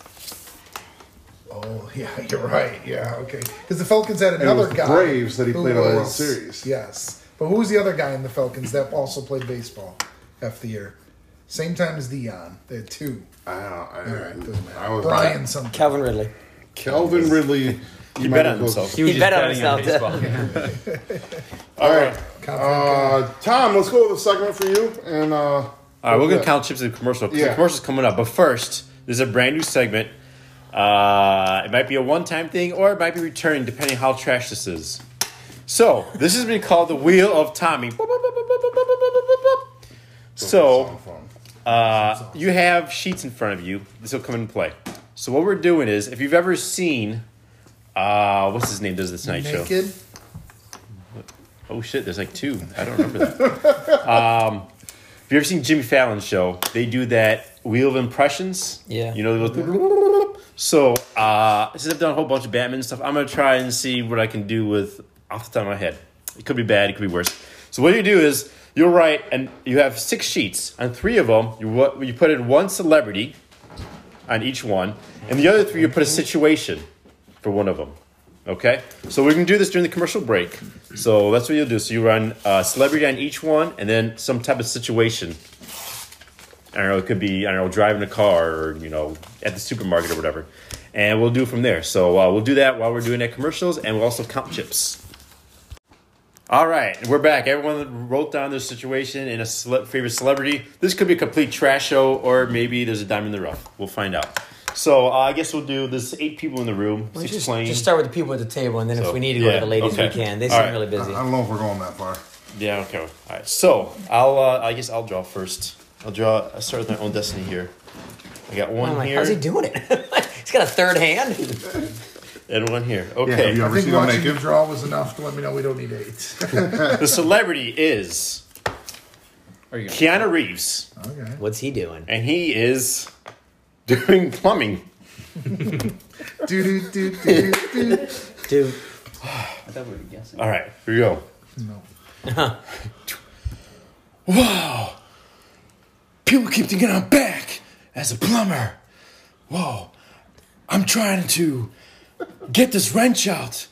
S3: Oh yeah, you're right. Yeah, okay. Because the Falcons had
S4: it
S3: another
S4: was the
S3: guy.
S4: Braves that he
S3: who
S4: played on the World
S3: was-
S4: Series.
S3: Yes, but who was the other guy in the Falcons that also played baseball half the year? Same time as Dion. They had two.
S4: I don't. I,
S3: All right, doesn't matter.
S4: I was
S3: Brian something.
S2: Calvin Ridley.
S4: Kelvin Ridley.
S1: He bet on himself.
S2: He
S6: was
S2: bet
S6: just
S2: on
S6: betting
S2: himself,
S6: baseball.
S4: All right,
S3: Calvin
S4: uh, Tom. Let's go with a segment for you. And uh,
S1: All right, we're gonna count chips in the commercial. 'cause
S4: Yeah.
S1: The commercial's coming up, but first, there's a brand new segment. Uh, it might be a one-time thing, or it might be returning, depending how trash this is. So this has been called the Wheel of Tommy. Boop, boop, boop, boop, boop, boop, boop, boop, boop, boop. So uh, you have sheets in front of you. This will come into play. So what we're doing is, if you've ever seen, uh, what's his name? Does this night show?
S3: naked.
S1: Oh shit, there's like two. I don't remember that. um, if you ever seen Jimmy Fallon's show, they do that wheel of impressions.
S2: Yeah.
S1: You know, they go. So uh, since I've done a whole bunch of Batman stuff, I'm gonna try and see what I can do with off the top of my head. It could be bad. It could be worse. So what you do is you'll write and you have six sheets. On three of them, you wa- you put in one celebrity on each one, and the other three you put a situation for one of them. Okay, so we're gonna do this during the commercial break. So that's what you'll do. So you run uh, celebrity on each one, and then some type of situation. I don't know. It could be I don't know driving a car, or you know at the supermarket or whatever. And we'll do from there. So uh, we'll do that while we're doing that commercials, and we'll also count chips. All right, and we're back. Everyone wrote down their situation and a cele- favorite celebrity. This could be a complete trash show, or maybe there's a diamond in the rough. We'll find out. So uh, I guess we'll do. There's eight people in the room.
S2: Let's
S1: Six
S2: Just,
S1: plain.
S2: just start with the people at the table, and then
S1: So,
S2: if we need to go
S1: yeah,
S2: to the ladies,
S1: okay.
S2: we can. They
S1: All
S2: seem
S1: right.
S2: really busy.
S4: I don't know if we're going that far.
S1: Yeah, okay. All right. So I'll. Uh, I guess I'll draw first. I'll draw. I start with my own destiny here. I got one
S2: I'm like,
S1: here
S2: Oh how's he doing it? He's got a third hand.
S1: and one here.
S4: Yeah,
S1: Okay.
S4: have you
S3: I
S4: ever
S3: think
S4: seen him
S3: watching you
S4: naked?
S3: draw was enough to let me know we don't need eight.
S1: the celebrity is
S6: Are you going
S1: Keanu Reeves,
S3: Okay.
S2: What's he doing?
S1: and he is doing plumbing.
S3: do do do do do.
S2: Dude,
S6: I thought we were guessing.
S1: All right. Here we go.
S3: No.
S1: Wow. People keep thinking I'm back as a plumber. Whoa. I'm trying to get this wrench out,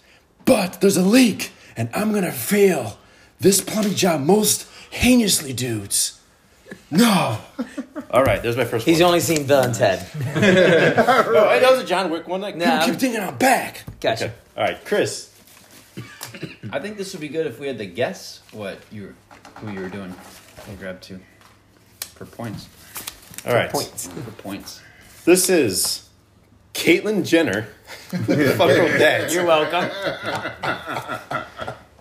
S1: but there's a leak, and I'm gonna fail this plumbing job most heinously, dudes. No. All right, there's my first
S2: he's
S1: one.
S2: only seen Bill and Ted.
S1: Oh, hey, that was a John Wick one. Like,
S2: No.
S1: people keep thinking I'm back.
S2: Gotcha.
S1: Okay. All right, Chris.
S6: I think this would be good if we had to guess what you were, who you were doing. I'll grab two for points.
S1: All right.
S2: Points.
S6: For points.
S1: This is Caitlyn Jenner. the fuck wrote that?
S2: You're welcome.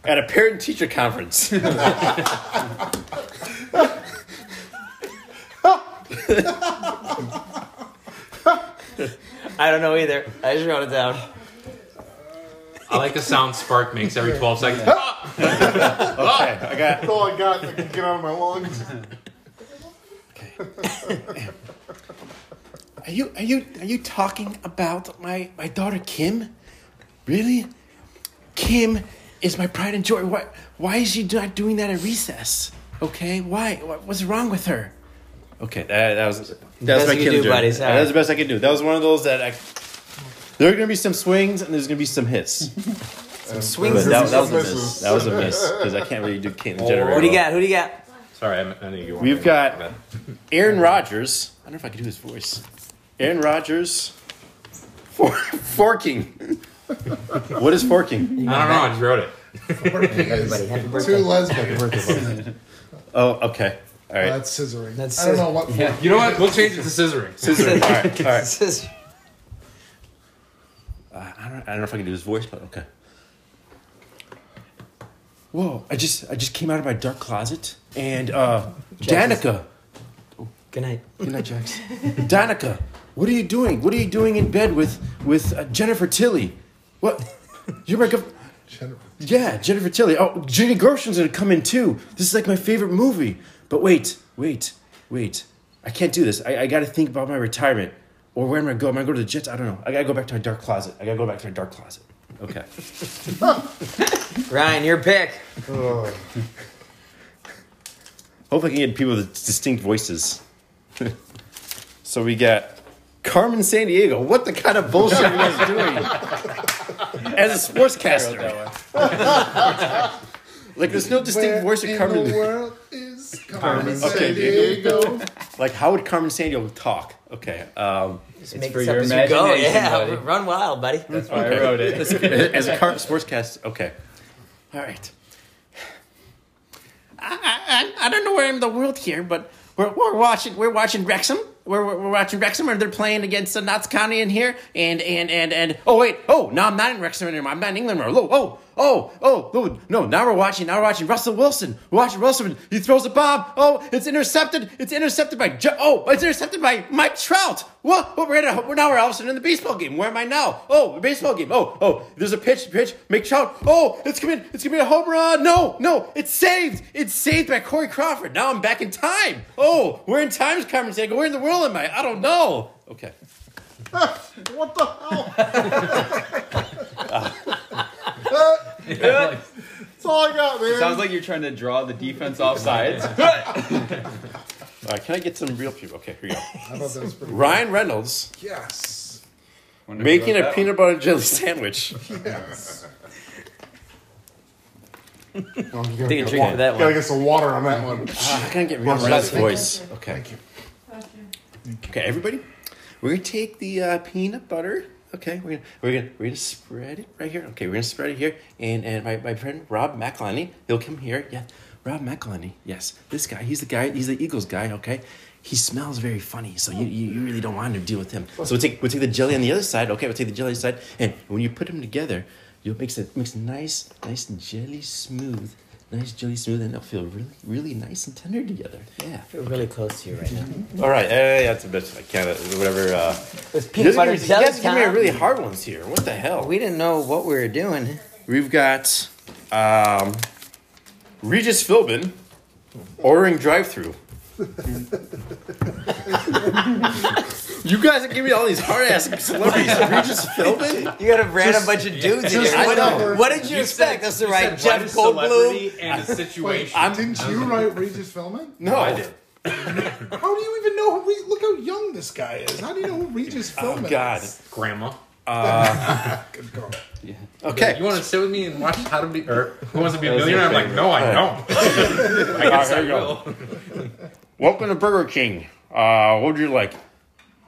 S1: at a parent teacher conference.
S2: I don't know either. I just wrote it down.
S5: I like the sound Spark makes every 12 seconds.
S1: Okay, I got.
S4: That's all I got. I can get out of my lungs.
S1: Are you are you are you talking about my my daughter Kim? Really? Kim is my pride and joy. Why why is she not doing that at recess? Okay, why? What, what's wrong with her? Okay, that, that was that was
S2: Best
S1: my
S2: you could
S1: Kim
S2: do,
S1: joke.
S2: buddy, sorry.
S1: That was the best I could do. That was one of those that I. There are gonna be some swings and there's gonna be some hits.
S2: Swings.
S1: But that, that was a
S4: misses.
S1: miss. That was a miss because I can't really do Caitlyn Jenner.
S2: Oh. Who do you got? Who do you got?
S5: Sorry, I, I didn't get one.
S1: We've got
S5: My bad.
S1: Aaron
S5: Uh,
S1: Rodgers. I don't know if I can do his voice. Aaron Rodgers. For, forking. what is forking?
S5: I don't know. I just wrote it.
S3: Working is
S2: Everybody, happy
S3: two
S2: birthday.
S3: lesbians.
S1: Oh, okay.
S7: All right.
S3: That's scissoring.
S2: That's
S3: I don't know what.
S2: Yeah.
S5: You know what? We'll change it to scissoring.
S7: Scissoring. All right. All right.
S2: Scissor.
S7: Uh, I don't, I don't know if I can do his voice, but okay. Whoa! I just I just came out of my dark closet, and uh, Danica,
S2: Good night.
S7: good night, Jax. Danica, what are you doing? What are you doing in bed with with uh, Jennifer Tilly? What? You're my gov-
S3: Jennifer.
S7: yeah, Jennifer Tilly. Oh, Jenny Gershon's gonna come in too. This is like my favorite movie. But wait, wait, wait. I can't do this. I, I gotta think about my retirement. Or where am I going? Am I going to the Jets? I don't know. I gotta go back to my dark closet. I gotta go back to my dark closet. Okay.
S2: Ryan, your pick.
S7: Hope I can get people with distinct voices. so we got Carmen San Diego. What the kind of bullshit are you guys doing? As a sportscaster. like there's no
S3: Where
S7: distinct voice of
S3: in
S7: Carmen.
S3: the world is Carmen
S7: Okay,
S3: San
S7: dude.
S3: Diego?
S7: Like how would Carmen San Diego talk? Okay. Um,
S2: It's
S6: for your imagination,
S2: Yeah,
S6: buddy.
S2: run wild, buddy.
S6: That's why I wrote it.
S7: as a car sportscast. Okay. All right. I, I, I don't know where I'm in the world here, but we're, we're watching we're watching Wrexham. We're, we're, we're watching Wrexham, and they're playing against uh, Notts County in here. And and and and oh wait, oh no, I'm not in Wrexham anymore. I'm not in England anymore. Oh oh oh oh no, no. Now we're watching. Now we're watching Russell Wilson. We're watching Russell. Wilson. He throws a bomb. Oh, it's intercepted. It's intercepted by Ju- oh, it's intercepted by Mike Trout. What? What? We're in a, we're now we're all of a sudden in the baseball game. Where am I now? Oh, baseball game. Oh, oh, there's a pitch, pitch. Make Trout. Oh, it's coming. It's gonna be a home run. No, no, it's saved. It's saved by Corey Crawford. Now I'm back in time. Oh, we're in time's Carmen Sandiego. Where in the world am I? I don't know. Okay.
S4: What the hell? That's all I got, man.
S6: Sounds like you're trying to draw the defense off sides.
S7: All right. Can I get some real people? Okay. Here we go.
S3: I thought that was pretty.
S7: Ryan Reynolds
S3: Yes.
S7: making a peanut butter and jelly sandwich.
S3: Yes.
S4: Oh, you gotta
S2: Take a
S4: get
S2: drink
S4: wa-
S2: for that
S4: Gotta
S2: one.
S4: get some water on that one.
S7: Uh, I can't get real Reynolds' voice. Okay.
S3: Thank you.
S7: Okay, everybody, we're gonna take the uh, peanut butter. Okay, we're gonna, we're gonna we're gonna spread it right here. Okay, we're gonna spread it here, and and my, my friend Rob McElhenney, he'll come here. Yeah, Rob McElhenney. Yes, this guy. He's the guy. He's the Eagles guy. Okay, he smells very funny, so you, you, you really don't want to deal with him. So we'll take we'll take the jelly on the other side. Okay, we'll take the jelly side, and when you put them together, you'll makes it makes a nice nice jelly smooth. Nice jelly smooth, and they'll feel really, really nice and tender together. Yeah.
S2: We're really close to you right now.
S7: All right, uh, yeah, that's a bit. I can't. uh, Whatever. Uh,
S2: It's
S7: you
S2: peanut
S7: guys
S2: butter
S7: give me- you
S2: jelly
S7: guys give me
S2: time.
S7: really hard ones here. What the hell?
S2: We didn't know what we were doing.
S7: We've got um, Regis Philbin ordering drive-through. you guys are giving me all these hard-ass celebrities. Regis Philbin.
S2: You gotta ran a bunch of dudes in here.
S7: I
S2: What,
S7: know.
S2: what did you, expect? That's the right Jeff Goldblum.
S5: celebrity and a situation.
S3: I'm, didn't you write Regis Philbin?
S7: No, I did.
S3: How do you even know? Who Re- look how young this guy is. How do you know who Regis Philbin?
S7: Oh God.
S3: Is?
S5: Grandma.
S3: Good call.
S7: Okay.
S5: You want to sit with me and watch How to Be or Who Wants to Be a Millionaire? I'm like, no, I don't. I guess I will.
S7: Welcome to Burger King. Uh, what would you like?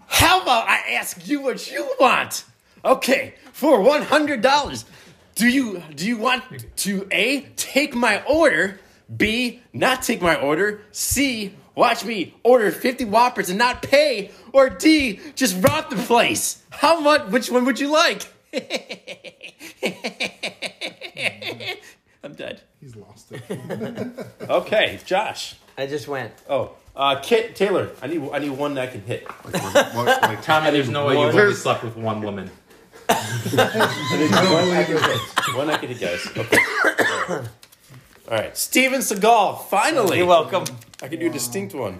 S7: How about I ask you what you want? Okay, for one hundred dollars, do you do you want to a take my order, b not take my order, c watch me order fifty whoppers and not pay, or d just rob the place? How much? Which one would you like? I'm dead.
S3: He's lost it.
S7: Okay, Josh.
S2: I just went.
S7: Oh, uh, Kit Taylor. I need I need one that I can hit.
S4: Like, what- what- like,
S5: Tommy, there's no way you've only
S4: There's-
S5: slept with one woman.
S3: I believe it.
S7: One I can guys. Okay. All right, Steven Seagal. Finally,
S2: You're welcome.
S7: I can do a distinct one.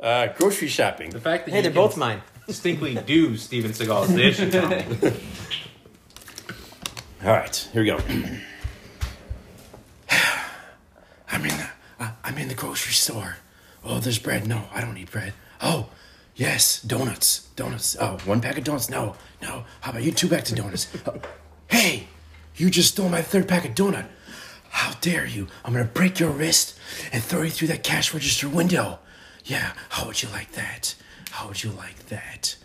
S7: Uh, grocery shopping.
S5: The fact that
S2: Hey,
S5: you
S2: they're
S5: can
S2: both mine.
S5: distinctly do Steven Seagal is the issue. Tommy.
S7: All right, here we go. I'm in the I- I'm in the grocery store. Oh, there's bread. No, I don't eat bread. Oh, yes, donuts. Donuts. Oh, one pack of donuts. No, no. How about you two packs of donuts? Oh, hey, you just stole my third pack of donut. How dare you? I'm gonna break your wrist and throw you through that cash register window. Yeah, how would you like that? How would you like that?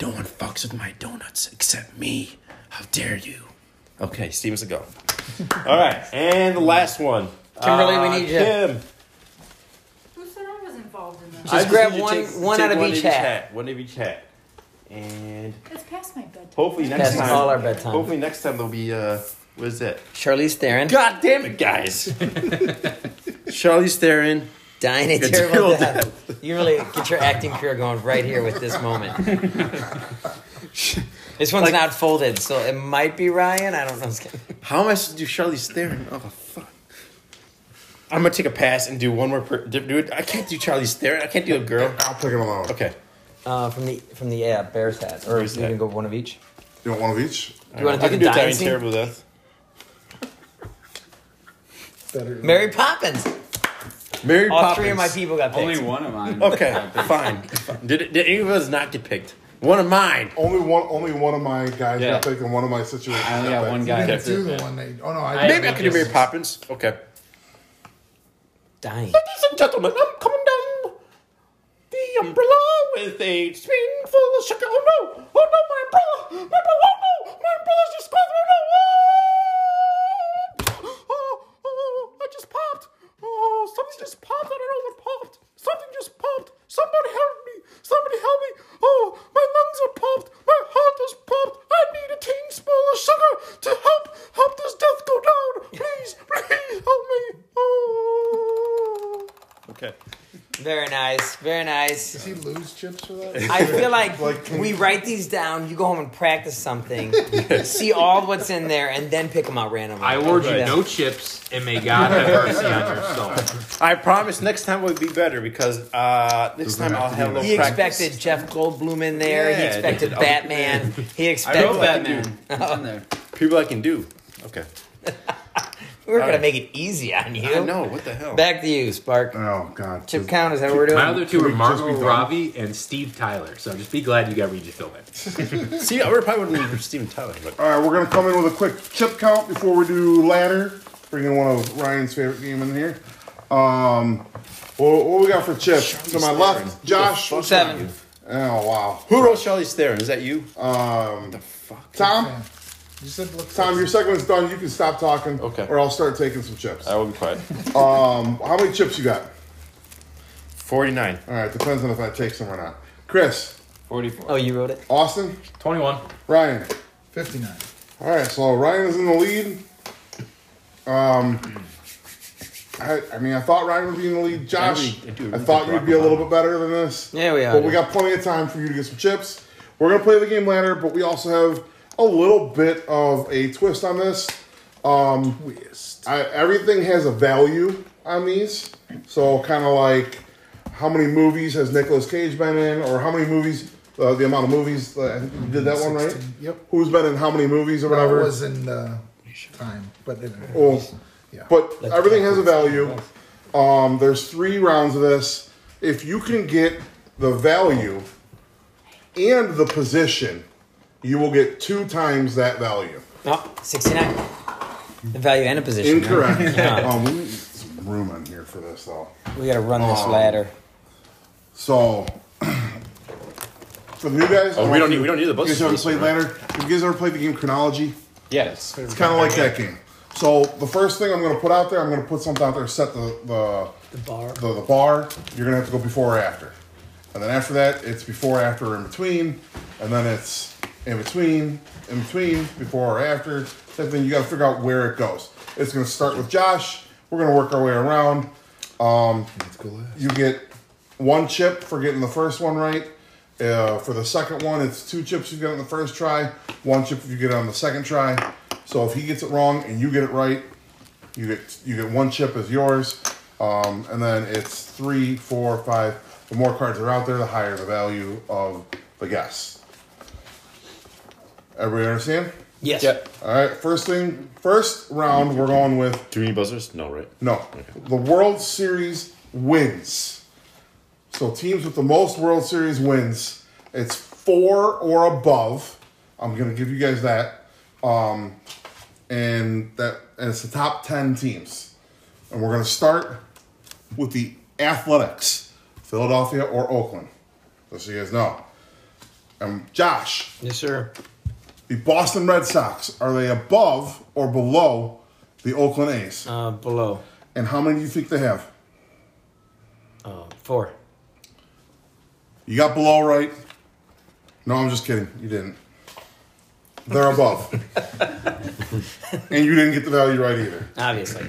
S7: No one fucks with my donuts except me. How dare you? Okay, Steven's a go. All right, and the last one. Uh,
S2: Kimberly, we need you.
S7: Kim.
S8: Who said
S2: Just
S7: I
S2: grab
S7: need you
S2: one-
S7: to take-
S2: one
S7: take
S2: out of each hat.
S7: One of each hat. And
S8: It's past my bedtime.
S7: hopefully next
S2: That's
S7: time.
S2: all our bedtime.
S7: Hopefully next time there'll be uh, what is it?
S2: Charlize Theron
S7: God damn it, guys! Charlize Theron.
S2: dying a
S7: It's
S2: terrible
S7: terrible
S2: death. You really get your acting career going right here with this moment. this one's not folded, so it might be Ryan. I don't know.
S7: How am I supposed to do Charlize Theron? Oh fuck! I'm gonna take a pass and do one more. Per- do it. I can't do Charlize Theron. I can't do a girl.
S4: I'll take it alone.
S7: Okay.
S2: Uh, from the from the uh, Bears hat, or
S7: Bears
S2: you can
S7: hat.
S2: go one of each.
S4: You want one of each?
S2: Do you want
S7: I
S2: to do the
S7: can do
S2: dying
S7: Italian
S2: scene?
S7: terrible death.
S3: Better.
S2: Mary Poppins.
S7: Mary
S2: All
S7: Poppins.
S2: three of my people got picked.
S6: Only one of mine.
S7: Okay, fine. Did, did any of us not get picked? One of mine.
S4: Only one. Only one of my guys
S6: Yeah.
S4: got picked, and one of my situations.
S6: I only
S4: got
S6: got
S4: picked.
S6: one
S3: I
S6: guy.
S3: didn't
S6: That's
S3: do
S6: it.
S3: the
S6: man.
S3: one that. Oh no, I,
S6: I-
S3: did.
S7: Maybe I could do Mary Poppins. Okay.
S2: Dying.
S7: Ladies and gentlemen, I'm coming down the umbrella with a spoonful of sugar. Oh no! Oh no, my umbrella! My umbrella! Oh no! My umbrella's just going Oh no! Oh! Oh! Oh! I just popped! Oh! Something just popped! I don't know what popped! Something just popped! Somebody help me! Somebody help me! Oh! My lungs are popped! My heart is popped! I need a teaspoon of sugar to help help this death go down! Please, please help me! Oh! Okay.
S2: Very nice. Very nice.
S3: Does he lose chips for that?
S2: I feel like, we write these down. You go home and practice something. See all what's in there, and then pick them out randomly.
S5: I award you
S2: Right.
S5: no chips, and may God have mercy on your soul.
S7: I promise next time will be better because uh, next time I'll have a little
S2: He
S7: practice.
S2: expected Jeff Goldblum in there. he
S7: Yeah,
S2: expected
S7: dude.
S2: Batman. He
S6: I wrote
S2: expected.
S6: Batman. It's in there.
S7: people I can do. Okay.
S2: We were gonna
S7: Alright.
S2: make it easy on you.
S7: I know what the hell.
S2: Back to you, Spark.
S4: Oh God.
S2: Chip count is that what we're doing?
S5: My other two
S4: Can we
S5: were
S4: just be
S5: Margot
S4: done?
S5: Robbie and Steve Tyler. So just be glad you got Regis Philbin.
S7: See, I would probably would have Steven Tyler, but
S4: All right, we're gonna come in with a quick chip count before we do ladder. Bringing one of Ryan's favorite game in here. Um, what, what we got for chips? To my left, Josh. What's that?
S2: Seven.
S4: Oh wow.
S7: who wrote Charlie's Theron? Is that you?
S4: Um,
S7: the fuck.
S4: Tom.
S3: You said look.
S4: Tom, your segment's done. You can stop talking.
S7: Okay.
S4: Or I'll start taking some chips. Um,
S7: will be quiet.
S4: How many chips you got?
S7: Forty-nine.
S4: All right, depends on if I take some or not. Chris,
S2: Oh, you wrote it.
S4: Austin,
S5: 21.
S4: Ryan.
S3: Fifty-nine.
S4: All right, so Ryan is in the lead. Um, I, I mean, I thought Ryan would be in the lead. Josh,
S7: I really- I do
S4: I thought
S7: really
S4: you'd be a little bit better than this.
S2: Yeah, we are.
S4: But we got plenty of time for you to get some chips. We're gonna play the game later, but we also have a little bit of a twist on this. Um, I, everything has a value on these, so kind of like how many movies has Nicolas Cage been in, or how many movies, uh, the amount of movies. Uh, I think you did that one right.
S3: 16, yep.
S4: Who's been in how many movies or
S3: But I
S4: whatever? Oh.
S3: was in uh, time, but it,
S4: Well,
S3: Yeah.
S4: But everything has a value. Um, there's three rounds of this. If you can get the value and the position, you will get two times that value.
S2: Oh, 69. The value and a position. right?
S4: Incorrect. um, we need some room in here for this, though.
S2: We gotta run this
S4: Oh.
S2: ladder.
S4: So, for the new guys,
S7: Oh, we don't need- we don't need the
S4: You guys
S7: buses
S4: ever
S7: for
S4: played
S7: this one,
S4: ladder? Have you guys ever played the game Chronology?
S6: Yes.
S4: It's kind of like that game. So the first thing I'm going to put out there, I'm going to put something out there, set the the, the bar. The, bar. You're going to have to go before or after, and then after that, it's before, after, or in between, and then it's in between, in between, before or after. Type thing. You got to figure out where it goes. It's going to start with Josh. We're going to work our way around. Um, you get one chip for getting the first one right. Uh, for the second one, it's two chips you get on the first try, one chip if you get it on the second try. So if he gets it wrong and you get it right, you get you get one chip as yours, um, and then it's three, four, five. The more cards that are out there, the higher the value of the guess. Everybody understand?
S2: Yes.
S4: All right. First thing, first round, we're going with
S7: Do we need buzzers? No, right?
S4: no. The World Series wins. So teams with the most World Series wins, it's four or above. I'm gonna give you guys that. Um, and that and it's the top ten teams. And we're gonna start with the Athletics, Philadelphia or Oakland. Just so you guys know. Um, Josh,
S2: Yes, sir.
S4: the Boston Red Sox, are they above or below the Oakland A's?
S2: Uh, below.
S4: And how many do you think they have?
S2: Uh, four.
S4: You got below right. No, I'm just kidding. You didn't. They're above. and you didn't get the value right either.
S2: Obviously.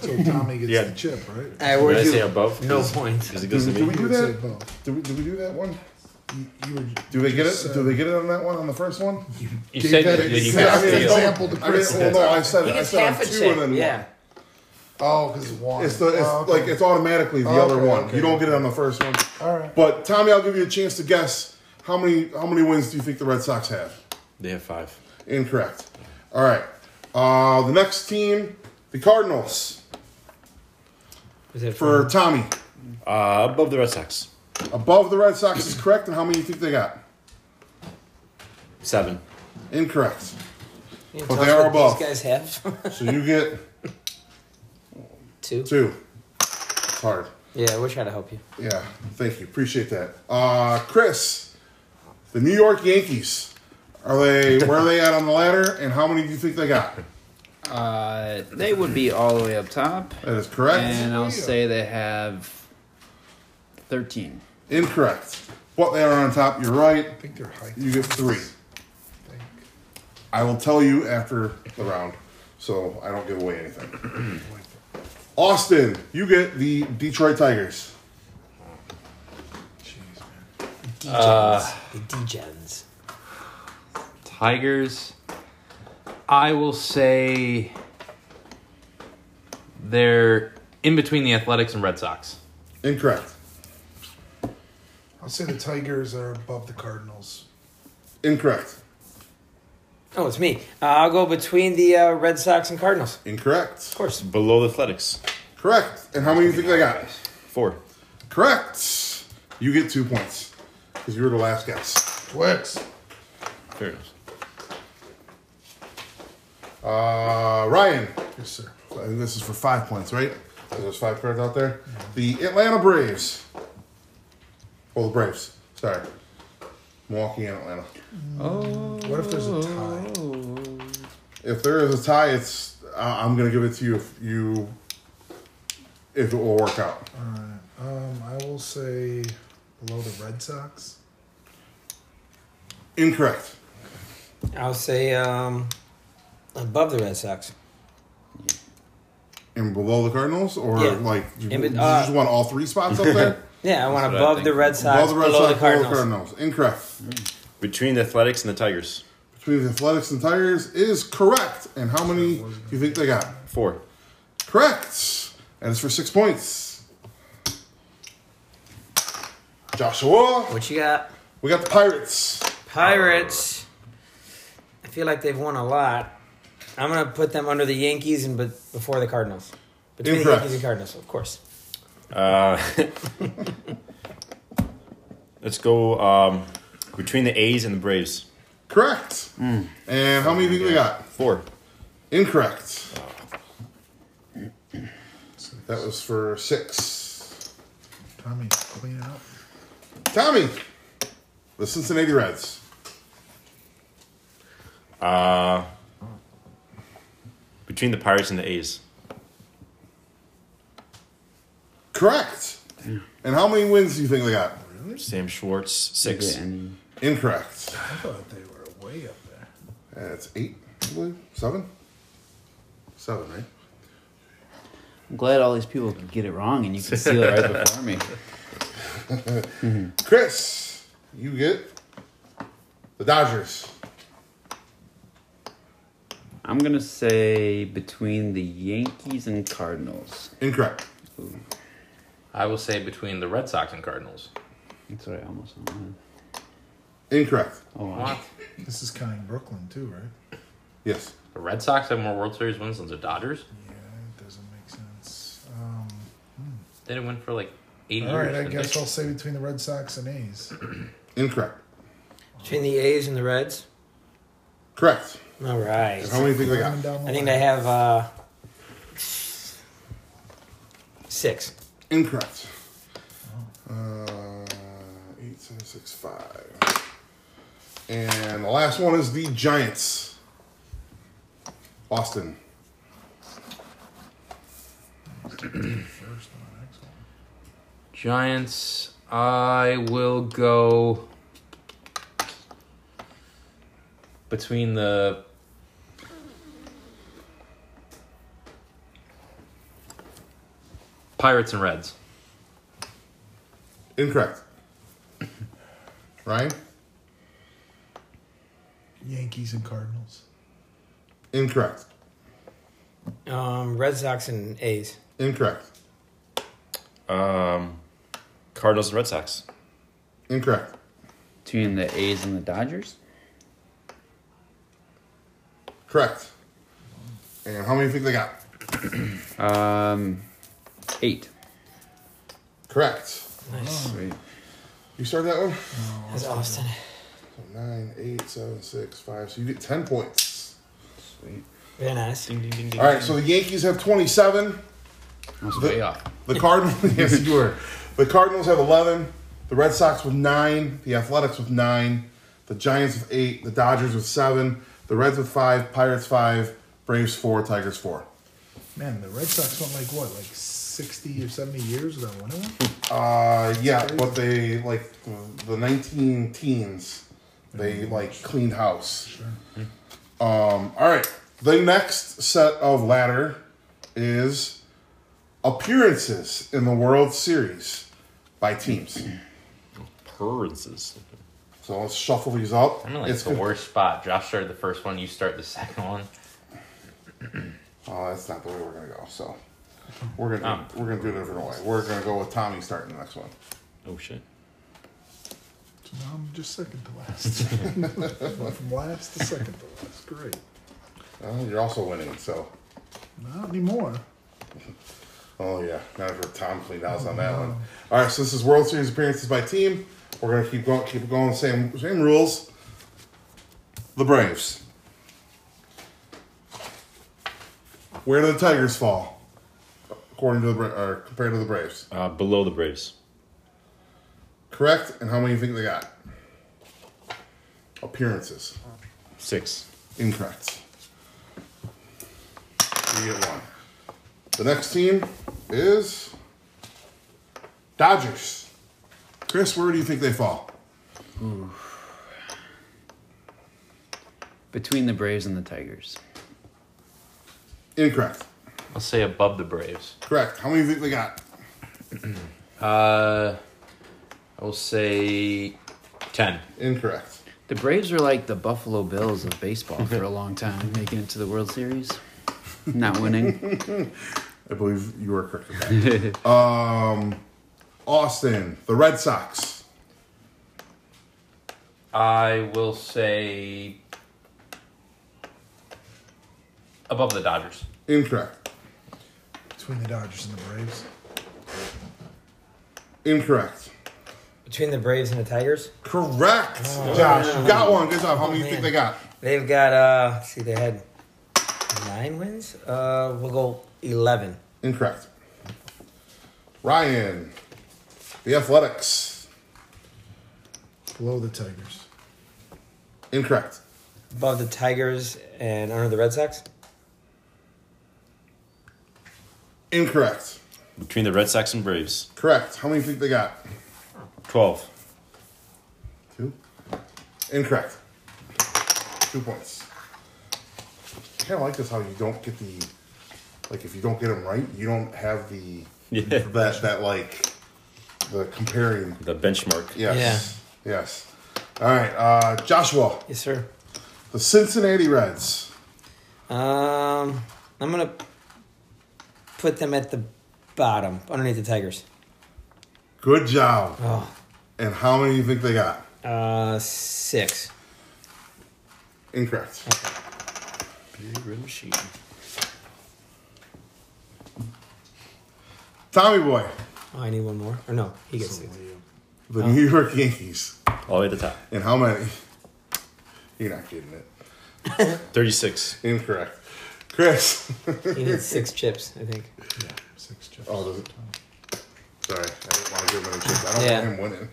S3: So Tommy gets
S7: Yeah.
S3: the chip, right?
S2: I
S7: Did I
S2: award
S7: say
S2: you
S7: above?
S2: no point.
S7: Because it goes to
S4: Did we
S7: me.
S4: do
S3: would say
S4: that?
S3: both.
S4: Did we, did we do that one?
S3: You, you were
S4: Do they get it?
S3: just, uh,
S4: Do they get it on that one? On the first one?
S5: You
S3: gave
S5: said
S3: that
S5: that you
S3: exact
S5: got
S4: I mean,
S5: steel.
S3: example to
S4: I mean,
S3: Chris.
S4: well, no, I said
S2: He
S4: I
S2: gets
S4: said on
S2: half a
S4: two
S2: chip.
S4: and then
S2: Yeah.
S4: one.
S3: oh, because one.
S4: It's the it's
S3: Oh, okay.
S4: like it's automatically the
S3: Oh,
S4: other
S3: okay,
S4: one.
S3: okay.
S4: You don't get it on the first one.
S3: All right.
S4: But Tommy, I'll give you a chance to guess how many how many wins do you think the Red Sox have?
S7: They have five.
S4: Incorrect. All right. Uh, the next team, the Cardinals.
S2: Was it
S4: For Tommy,
S7: Uh, above the Red Sox.
S4: above the Red Sox is correct, and how many do you think they got?
S7: Seven.
S4: Incorrect.
S2: You
S4: But
S2: tell
S4: they
S2: us
S4: are
S2: what
S4: above.
S2: These guys have
S4: So you get
S2: two.
S4: two. It's hard.
S2: Yeah, we'll try to help you.
S4: Yeah, thank you. Appreciate that. Uh, Chris, the New York Yankees. Are they where are they at on the ladder, and how many do you think they got?
S6: Uh, they would be all the way up top,
S4: That is correct.
S6: and I'll say they have thirteen.
S4: Incorrect. What they are on top, you're right.
S3: I think they're high.
S4: You get three.
S3: I think.
S4: I will tell you after the round, so I don't give away anything. Austin, you get the Detroit Tigers.
S3: Jeez, man.
S2: Dgens. the Dgens.
S5: Tigers. I will say they're in between the Athletics and Red Sox.
S4: Incorrect.
S3: I'll say the Tigers are above the Cardinals.
S4: Incorrect.
S2: Oh, it's me. Uh, I'll go between the uh, Red Sox and Cardinals.
S4: Incorrect.
S2: Of course.
S7: Below the Athletics.
S4: Correct. And how many do you think they got?
S7: Four.
S4: Correct. You get two points because you were the last guess.
S3: Twix.
S7: Fair enough.
S4: Uh, Ryan,
S3: Yes, sir.
S4: I think this is for five points, right? There's five cards out there.
S3: Mm-hmm.
S4: The Atlanta Braves. Well, the Braves. Sorry. Milwaukee and Atlanta.
S3: What if there's a tie?
S4: If there is a tie, it's I I'm gonna give it to you if you if it will work out.
S3: Um, I will say below the Red Sox.
S4: Incorrect.
S2: I'll say um, above the Red Sox.
S4: And below the Cardinals, or
S2: Yeah.
S4: like you,
S2: In bet-
S4: you
S2: uh,
S4: just want all three spots up there?
S2: Yeah, I want
S5: what I
S2: above
S5: think.
S2: the Red Sox,
S4: Above the
S2: below
S4: Red
S2: the
S4: Sox, below the
S2: Cardinals.
S4: Cardinals. Incorrect.
S2: e-
S7: Between the Athletics and the Tigers.
S4: between the Athletics and Tigers is correct. And how many do you think they got?
S7: Four.
S4: Correct. And it's for six points. Joshua,
S2: What you got?
S4: we got the Pirates.
S2: Pirates. I feel like they've won a lot. I'm gonna put them under the Yankees and but before the Cardinals. Between the
S4: Incorrect.
S2: Yankees and Cardinals, of course.
S7: Uh, let's go um, between the A's and the Braves. Hmm.
S4: Correct. And how many do you think they got?
S7: Four.
S4: Incorrect. That was for six.
S3: Tommy, clean it up.
S4: Tommy, the Cincinnati Reds.
S7: Uh, between the Pirates and the A's.
S4: Correct. And how many wins do you think they got?
S7: Sam Schwartz, six.
S4: Incorrect.
S3: I thought they were way up there.
S4: And it's eight, I believe. Seven? Seven, right?
S6: I'm glad all these people can get it wrong, and you can seal it right before me.
S4: Chris, you get the Dodgers.
S6: I'm gonna say between the Yankees and Cardinals.
S4: Incorrect.
S5: I will say between the Red Sox and Cardinals.
S6: That's what I almost wanted.
S4: Incorrect.
S6: Oh, wow.
S3: This is counting Brooklyn too, right?
S4: Yes.
S5: The Red Sox have more World Series wins than the Dodgers.
S3: Yeah, it doesn't make sense. Um,
S5: They didn't win for like
S3: all
S5: 80 years.
S3: right, I
S5: did
S3: guess
S5: they?
S3: I'll say between the Red Sox and A's.
S4: Incorrect.
S2: Between the A's and the Reds.
S4: Correct.
S2: All right.
S4: And how many do you think they got?
S3: Coming down the
S2: I
S3: line.
S2: think they have uh, six.
S4: Incorrect. Uh, eight, seven, six, five. And the last one is the Giants. Austin.
S3: first on the next one.
S5: Giants. I will go between the Pirates and Reds.
S4: Incorrect. Ryan?
S3: Yankees and Cardinals.
S4: Incorrect.
S2: Um, Red Sox and A's.
S4: Incorrect.
S7: Um, Cardinals and Red Sox.
S4: Incorrect.
S6: Between the A's and the Dodgers?
S4: Correct. And how many do you think they got?
S6: Um, eight. Oh,
S4: Correct.
S6: Sweet.
S4: You start that one?
S2: That's Austin.
S4: Nine, eight, seven, six, five. So you get 10 points.
S2: Very nice.
S4: All right, so the Yankees have 27.
S6: That's
S4: The-
S6: way off.
S4: The Cardinals, yes, you were. The Cardinals have 11. The Red Sox with 9. The Athletics with 9. The Giants with 8. The Dodgers with 7. The Reds with 5. Pirates 5. Braves 4. Tigers 4.
S3: Man, the Red Sox went like what, like sixty or seventy years without winning one.
S4: Uh, yeah, but they, like, the- the 19 teens, they, like, cleaned house. Um, all right. The next set of ladder is appearances in the World Series by teams.
S7: Purrances.
S4: So let's shuffle these up.
S5: I'm in like
S4: It's
S5: the
S4: gonna-
S5: worst spot. Josh started the first one. You start the second one.
S4: Oh, that's not the way we're gonna go. So we're
S5: Um,
S4: gonna we're gonna do it a different way. We're gonna go with Tommy starting the next one.
S7: Oh shit.
S3: So now I'm just second to last. Went from last to second to last. Great.
S4: Oh, you're also winning. So
S3: Not anymore.
S4: oh yeah, not for Tom cleaned house on that one. All right, so this is World Series appearances by team. We're gonna keep going, keep going. Same same rules. The Braves. Where do the Tigers fall? According to the Bra- or compared to the Braves,
S7: Uh, below the Braves.
S4: correct? And how many you think they got? Appearances.
S7: Six.
S4: Incorrect. You get one. The next team is Dodgers. Chris, where do you think they fall?
S6: Between the Braves and the Tigers.
S4: Incorrect.
S5: I'll say above the Braves.
S4: Correct. How many do you think they got?
S5: Uh, I will say ten.
S4: Incorrect.
S6: The Braves were like the Buffalo Bills of baseball for a long time, making it to the World Series, not winning.
S4: I believe you are correct. with that. um, Austin, the Red Sox.
S5: I will say above the Dodgers.
S4: Incorrect.
S3: Between the Dodgers and the Braves.
S4: Incorrect.
S2: Between the Braves and the Tigers, Oh,
S4: Correct. Josh, you got one. Good job. How many do you think they got?
S2: they've got uh. let's see, they had nine wins. Uh, we'll go eleven.
S4: Incorrect. Ryan, the Athletics.
S3: Below the Tigers.
S4: Incorrect.
S2: Above the Tigers and under the Red Sox.
S4: Incorrect.
S7: Between the Red Sox and Braves.
S4: Correct. How many do you think they got?
S7: Twelve.
S4: Two. Incorrect. Two points. I kind of like this how you don't get the like if you don't get them right, you don't have the
S7: Yeah.
S4: that that like the comparing.
S7: The benchmark.
S4: Yes. Yes. All right, uh, Joshua,
S2: Yes, sir.
S4: the Cincinnati Reds.
S2: Um, I'm gonna put them at the bottom, underneath the Tigers.
S4: Good job.
S2: Oh,
S4: And how many do you think they got?
S2: uh, six.
S4: Incorrect.
S7: Big red machine.
S4: Tommy Boy,
S2: Oh, I need one more. Or no, he gets Oh. six.
S4: the New York Yankees.
S7: All the way to the top.
S4: And how many? You're not getting it.
S7: Thirty-six.
S4: Incorrect. Chris.
S2: He needs six chips, I think.
S3: Yeah, six chips.
S4: Oh, does it? Sorry, I didn't want to give him any chips. I don't
S2: Yeah.
S4: want him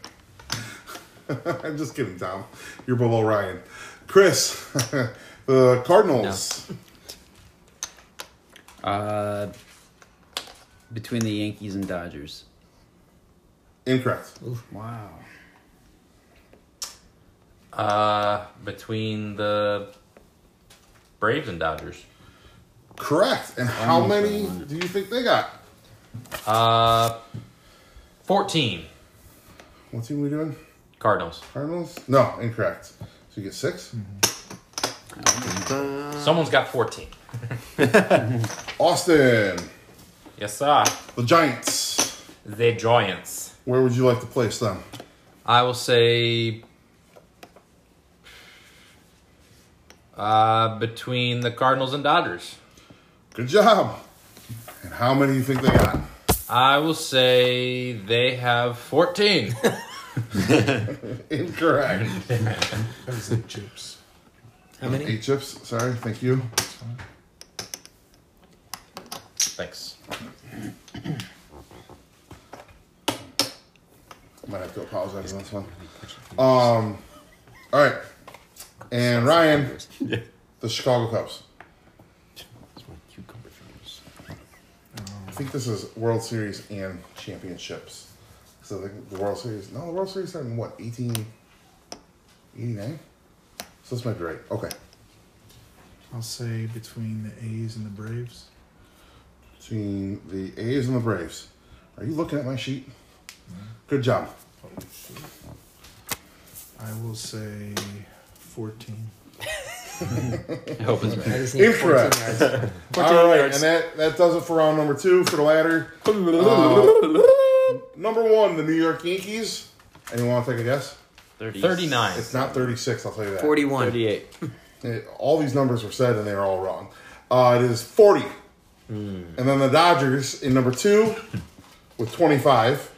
S4: winning. I'm just kidding, Tom. You're below Ryan. Chris, the Cardinals.
S6: Uh, between the Yankees and Dodgers.
S4: Incorrect.
S6: Wow.
S5: Uh, between the Braves and Dodgers.
S4: Correct. And how many do you think they got?
S5: Uh, 14.
S4: What team are we doing?
S5: Cardinals.
S4: Cardinals? No, incorrect. So you get 6
S5: Someone's got 14.
S4: Austin,
S5: Yes, sir.
S4: the Giants.
S5: The Giants.
S4: Where would you like to place them?
S5: I will say. Uh, between the Cardinals and Dodgers.
S4: Good job. And how many do you think they got?
S5: I will say they have 14.
S4: Incorrect.
S3: That was eight chips.
S2: How many?
S4: Eight chips. Sorry. Thank you.
S5: Thanks.
S4: Might have to apologize on this one. Um. All right. And Ryan, the Chicago Cubs. I think this is World Series and championships. So the, the World Series. No, the World Series started in what? Eighteen eighty-nine. So this might be right. Okay.
S3: I'll say between the A's and the Braves.
S4: Between the A's and the Braves. Are you looking at my sheet? Good job.
S3: I will say 14.
S5: I hope it's
S2: I just need 14
S4: Incorrect.
S2: yards.
S4: All right, and that, that does it for round number two for the ladder. Uh, number one, the New York Yankees. Anyone want to take a guess?
S5: 39.
S4: It's not 36, I'll tell you that.
S2: 41.
S6: 38.
S4: It- all these numbers were said and they were all wrong. Uh, it is 40. And then the Dodgers in number two with 25.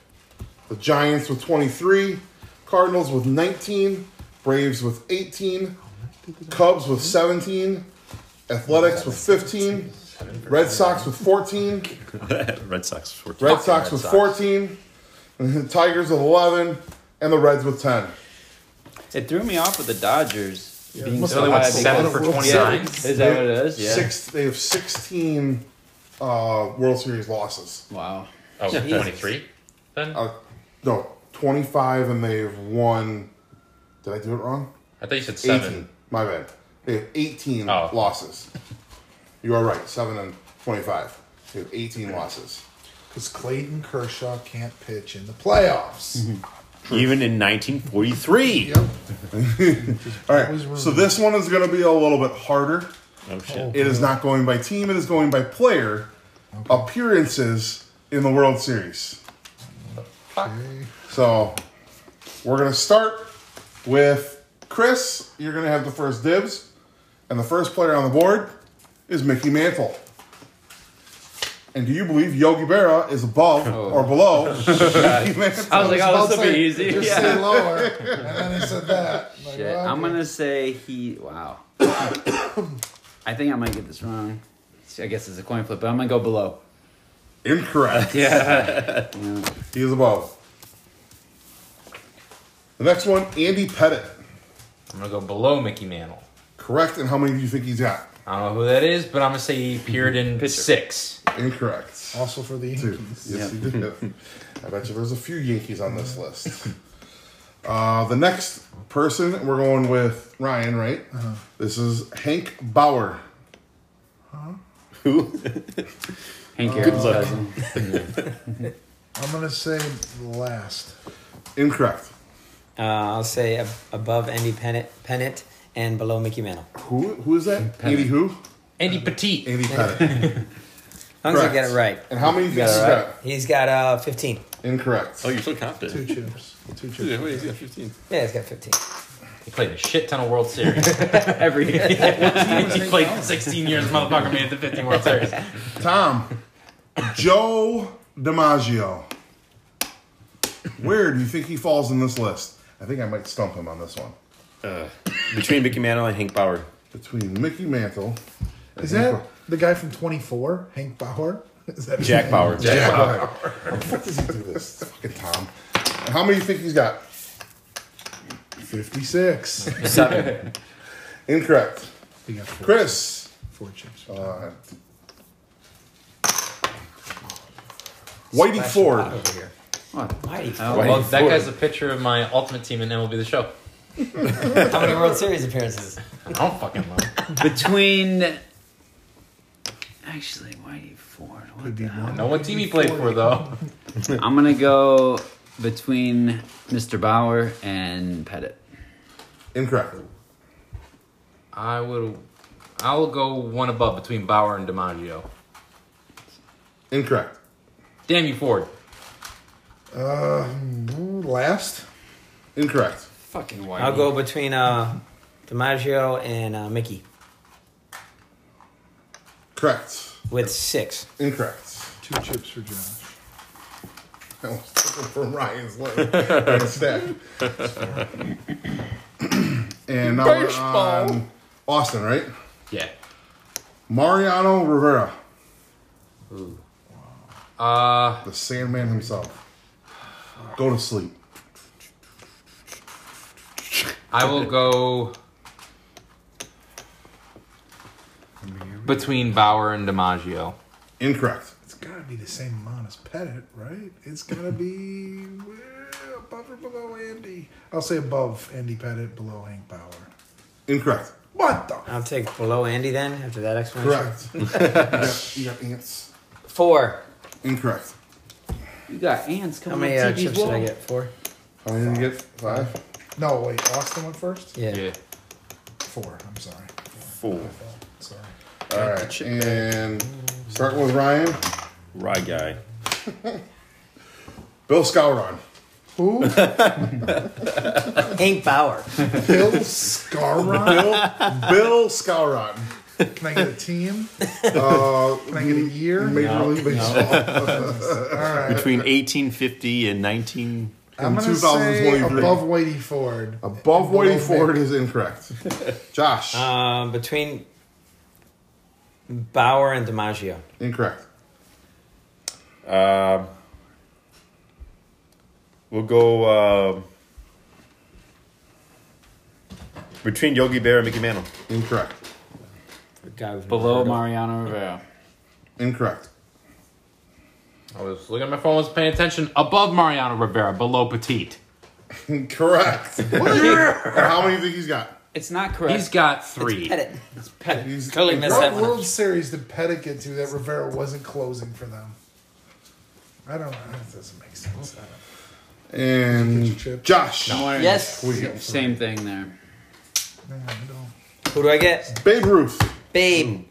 S4: The Giants with 23. Cardinals with 19. Braves with 18. Cubs with 17. Athletics with 15. Red Sox with 14.
S7: Red Sox. Fourteen.
S4: Red Sox with 14. Tigers with 11. And the Reds with 10.
S6: It threw me off with the Dodgers being
S4: must
S5: So
S6: so
S5: they
S6: high.
S5: went
S6: because-
S5: 7 for 29.
S6: Is that what it is? Yeah.
S4: Six, they have 16 uh, World Series losses.
S6: Wow.
S5: Oh, 23? Then?
S4: Uh, no, 25 and they've won. Did I do it wrong?
S5: I thought you said 7.
S4: 18. My bad. They have 18
S5: Oh.
S4: losses. You are right. 7 and 25. They have 18 losses.
S3: Because Clayton Kershaw can't pitch in the playoffs.
S7: Even in 1943.
S3: Yep.
S4: All right. So this one is going to be a little bit harder.
S7: Oh shit.
S4: It is not going by team, it is going by player appearances in the World Series. So we're going to start with Chris. You're going to have the first dibs. And the first player on the board is Mickey Mantle. And do you believe Yogi Berra is above or below Mickey Mantle?
S6: I was like, oh, this will be easy.
S3: Just
S6: Yeah.
S3: say lower. And then he said that. Like,
S6: Shit.
S3: well,
S6: I'm
S3: okay.
S6: gonna say he. Wow. I think I might get this wrong. I guess it's a coin flip, but I'm gonna go below.
S4: Incorrect. Yeah. he is above. The next one, Andy Pettit.
S5: I'm going to go below Mickey Mantle.
S4: Correct. And how many do you think he's got?
S5: I don't know who that is, but I'm going to say he appeared in 6.
S4: Incorrect.
S3: Also for the
S4: Two.
S3: Yankees.
S4: Yes, he did. I bet you there's a few Yankees on this list. Uh, the next person, we're going with Ryan, right?
S3: Uh-huh.
S4: This is Hank Bauer.
S6: Hank
S4: Uh,
S6: Aaron's
S7: luck.
S6: cousin.
S3: I'm going to say last.
S4: Incorrect.
S2: Uh, I'll say ab- above Andy Pennant, Pennant and below Mickey Mantle.
S4: Who? Who is that? Andy who?
S5: Andy Petit.
S4: Andy Pettit.
S2: As long as I get it right.
S4: And how many do you think he's got?
S2: He's got uh, 15.
S4: Incorrect.
S7: Oh, you're so
S3: Two
S7: confident.
S3: chips. Two chips.
S7: Yeah, wait, he's got 15.
S2: Yeah, he's got 15.
S5: He played a shit ton of World Series.
S6: Every year.
S5: he played 16 years, motherfucker made it to 15 World Series.
S4: Tom, Joe DiMaggio. Where do you think he falls in this list? I think I might stump him on this one.
S7: Uh, Between Mickey Mantle and Hank Bauer.
S4: Between Mickey Mantle,
S3: Is that the guy from 24, Hank Bauer? Is that
S7: Jack Bauer.
S4: yeah, okay. What does he do this? Fucking Tom. And how many do you think he's got?
S3: 56.
S7: Seven.
S4: Incorrect.
S3: he got four,
S4: Chris.
S3: four chips.
S4: Uh, Whitey Ford.
S2: Over here.
S6: What?
S2: Mighty
S6: Oh,
S7: Why
S6: well,
S7: you
S5: Uh, that
S7: forward?
S5: guy's a picture of my ultimate team in MLB The Show.
S2: How many World Series appearances?
S5: I don't fucking know.
S6: between. Actually, Whitey Ford. What the hell?
S5: know what team he played for though.
S6: I'm gonna go between Mr. Bauer and Pettit.
S4: Incorrect.
S5: I would. I'll go one above between Bauer and DiMaggio.
S4: Incorrect.
S5: Damn you, Ford.
S4: Uh,
S3: Mm-hmm. Last?
S4: Incorrect.
S6: Fucking Whitey.
S2: I'll go between uh, DiMaggio and uh, Mickey
S4: Correct.
S2: with six.
S4: Incorrect.
S3: Two chips for Josh.
S4: That was taken from Ryan's leg. Ryan's stack. and now we're on Austin, right?
S5: Yeah.
S4: Mariano Rivera,
S5: Uh,
S4: the Sandman himself. Go to sleep.
S5: I will go between Bauer and DiMaggio.
S4: Incorrect.
S3: It's gotta be the same amount as Pettit, right? It's gotta be well, above or below Andy. I'll say above Andy Pettit, below Hank Bauer.
S4: Incorrect.
S3: What the?
S2: I'll take below Andy then after that explanation.
S4: Correct. you, got, you got ants.
S2: Four.
S4: Incorrect.
S6: You got ants
S2: How
S6: coming
S2: many
S6: on
S2: uh,
S6: TV's
S2: chips
S6: wall.
S2: did I get? Four.
S4: How many did you get? Five?
S3: No, wait. Austin went first.
S2: Yeah.
S5: Yeah.
S3: Four. I'm sorry.
S7: Fool.
S3: Sorry.
S4: All right. And starting with Ryan,
S7: Right guy.
S4: Bill Scowron.
S3: Who?
S2: Hank Bauer.
S3: Bill Scarron?
S4: Bill Scowron.
S3: Can I get a team?
S4: Uh,
S3: Can I get a year?
S4: Major League Baseball.
S7: Between 1850 and 19.
S3: I'm gonna
S4: 2023.
S3: say above Whitey Ford.
S4: Above Whitey
S3: Below
S4: Ford
S3: Mick.
S4: is incorrect. Josh.
S2: Um, between Bauer and DiMaggio.
S4: Incorrect.
S7: Um, we'll go um between Yogi Bear and Mickey Mantle.
S4: Incorrect.
S2: The guy we've never heard
S6: Below
S2: of.
S6: Mariano Rivera.
S4: Incorrect.
S5: I was looking at my phone, was paying attention. Above Mariano Rivera, below Petite.
S4: Correct. How many do you think he's got?
S6: It's not correct.
S5: He's got three.
S2: Pettit.
S4: He's
S2: Totally missed
S3: What
S2: that one.
S3: World Series did Pettit get to that Rivera wasn't closing for them? I don't know. That doesn't make sense. I don't Get your
S4: And
S3: chip.
S4: Josh.
S6: I'm wondering-
S2: Yes.
S6: Same thing there.
S3: No, I don't.
S2: Who do I get?
S4: Babe Ruth. Mm.
S2: Babe.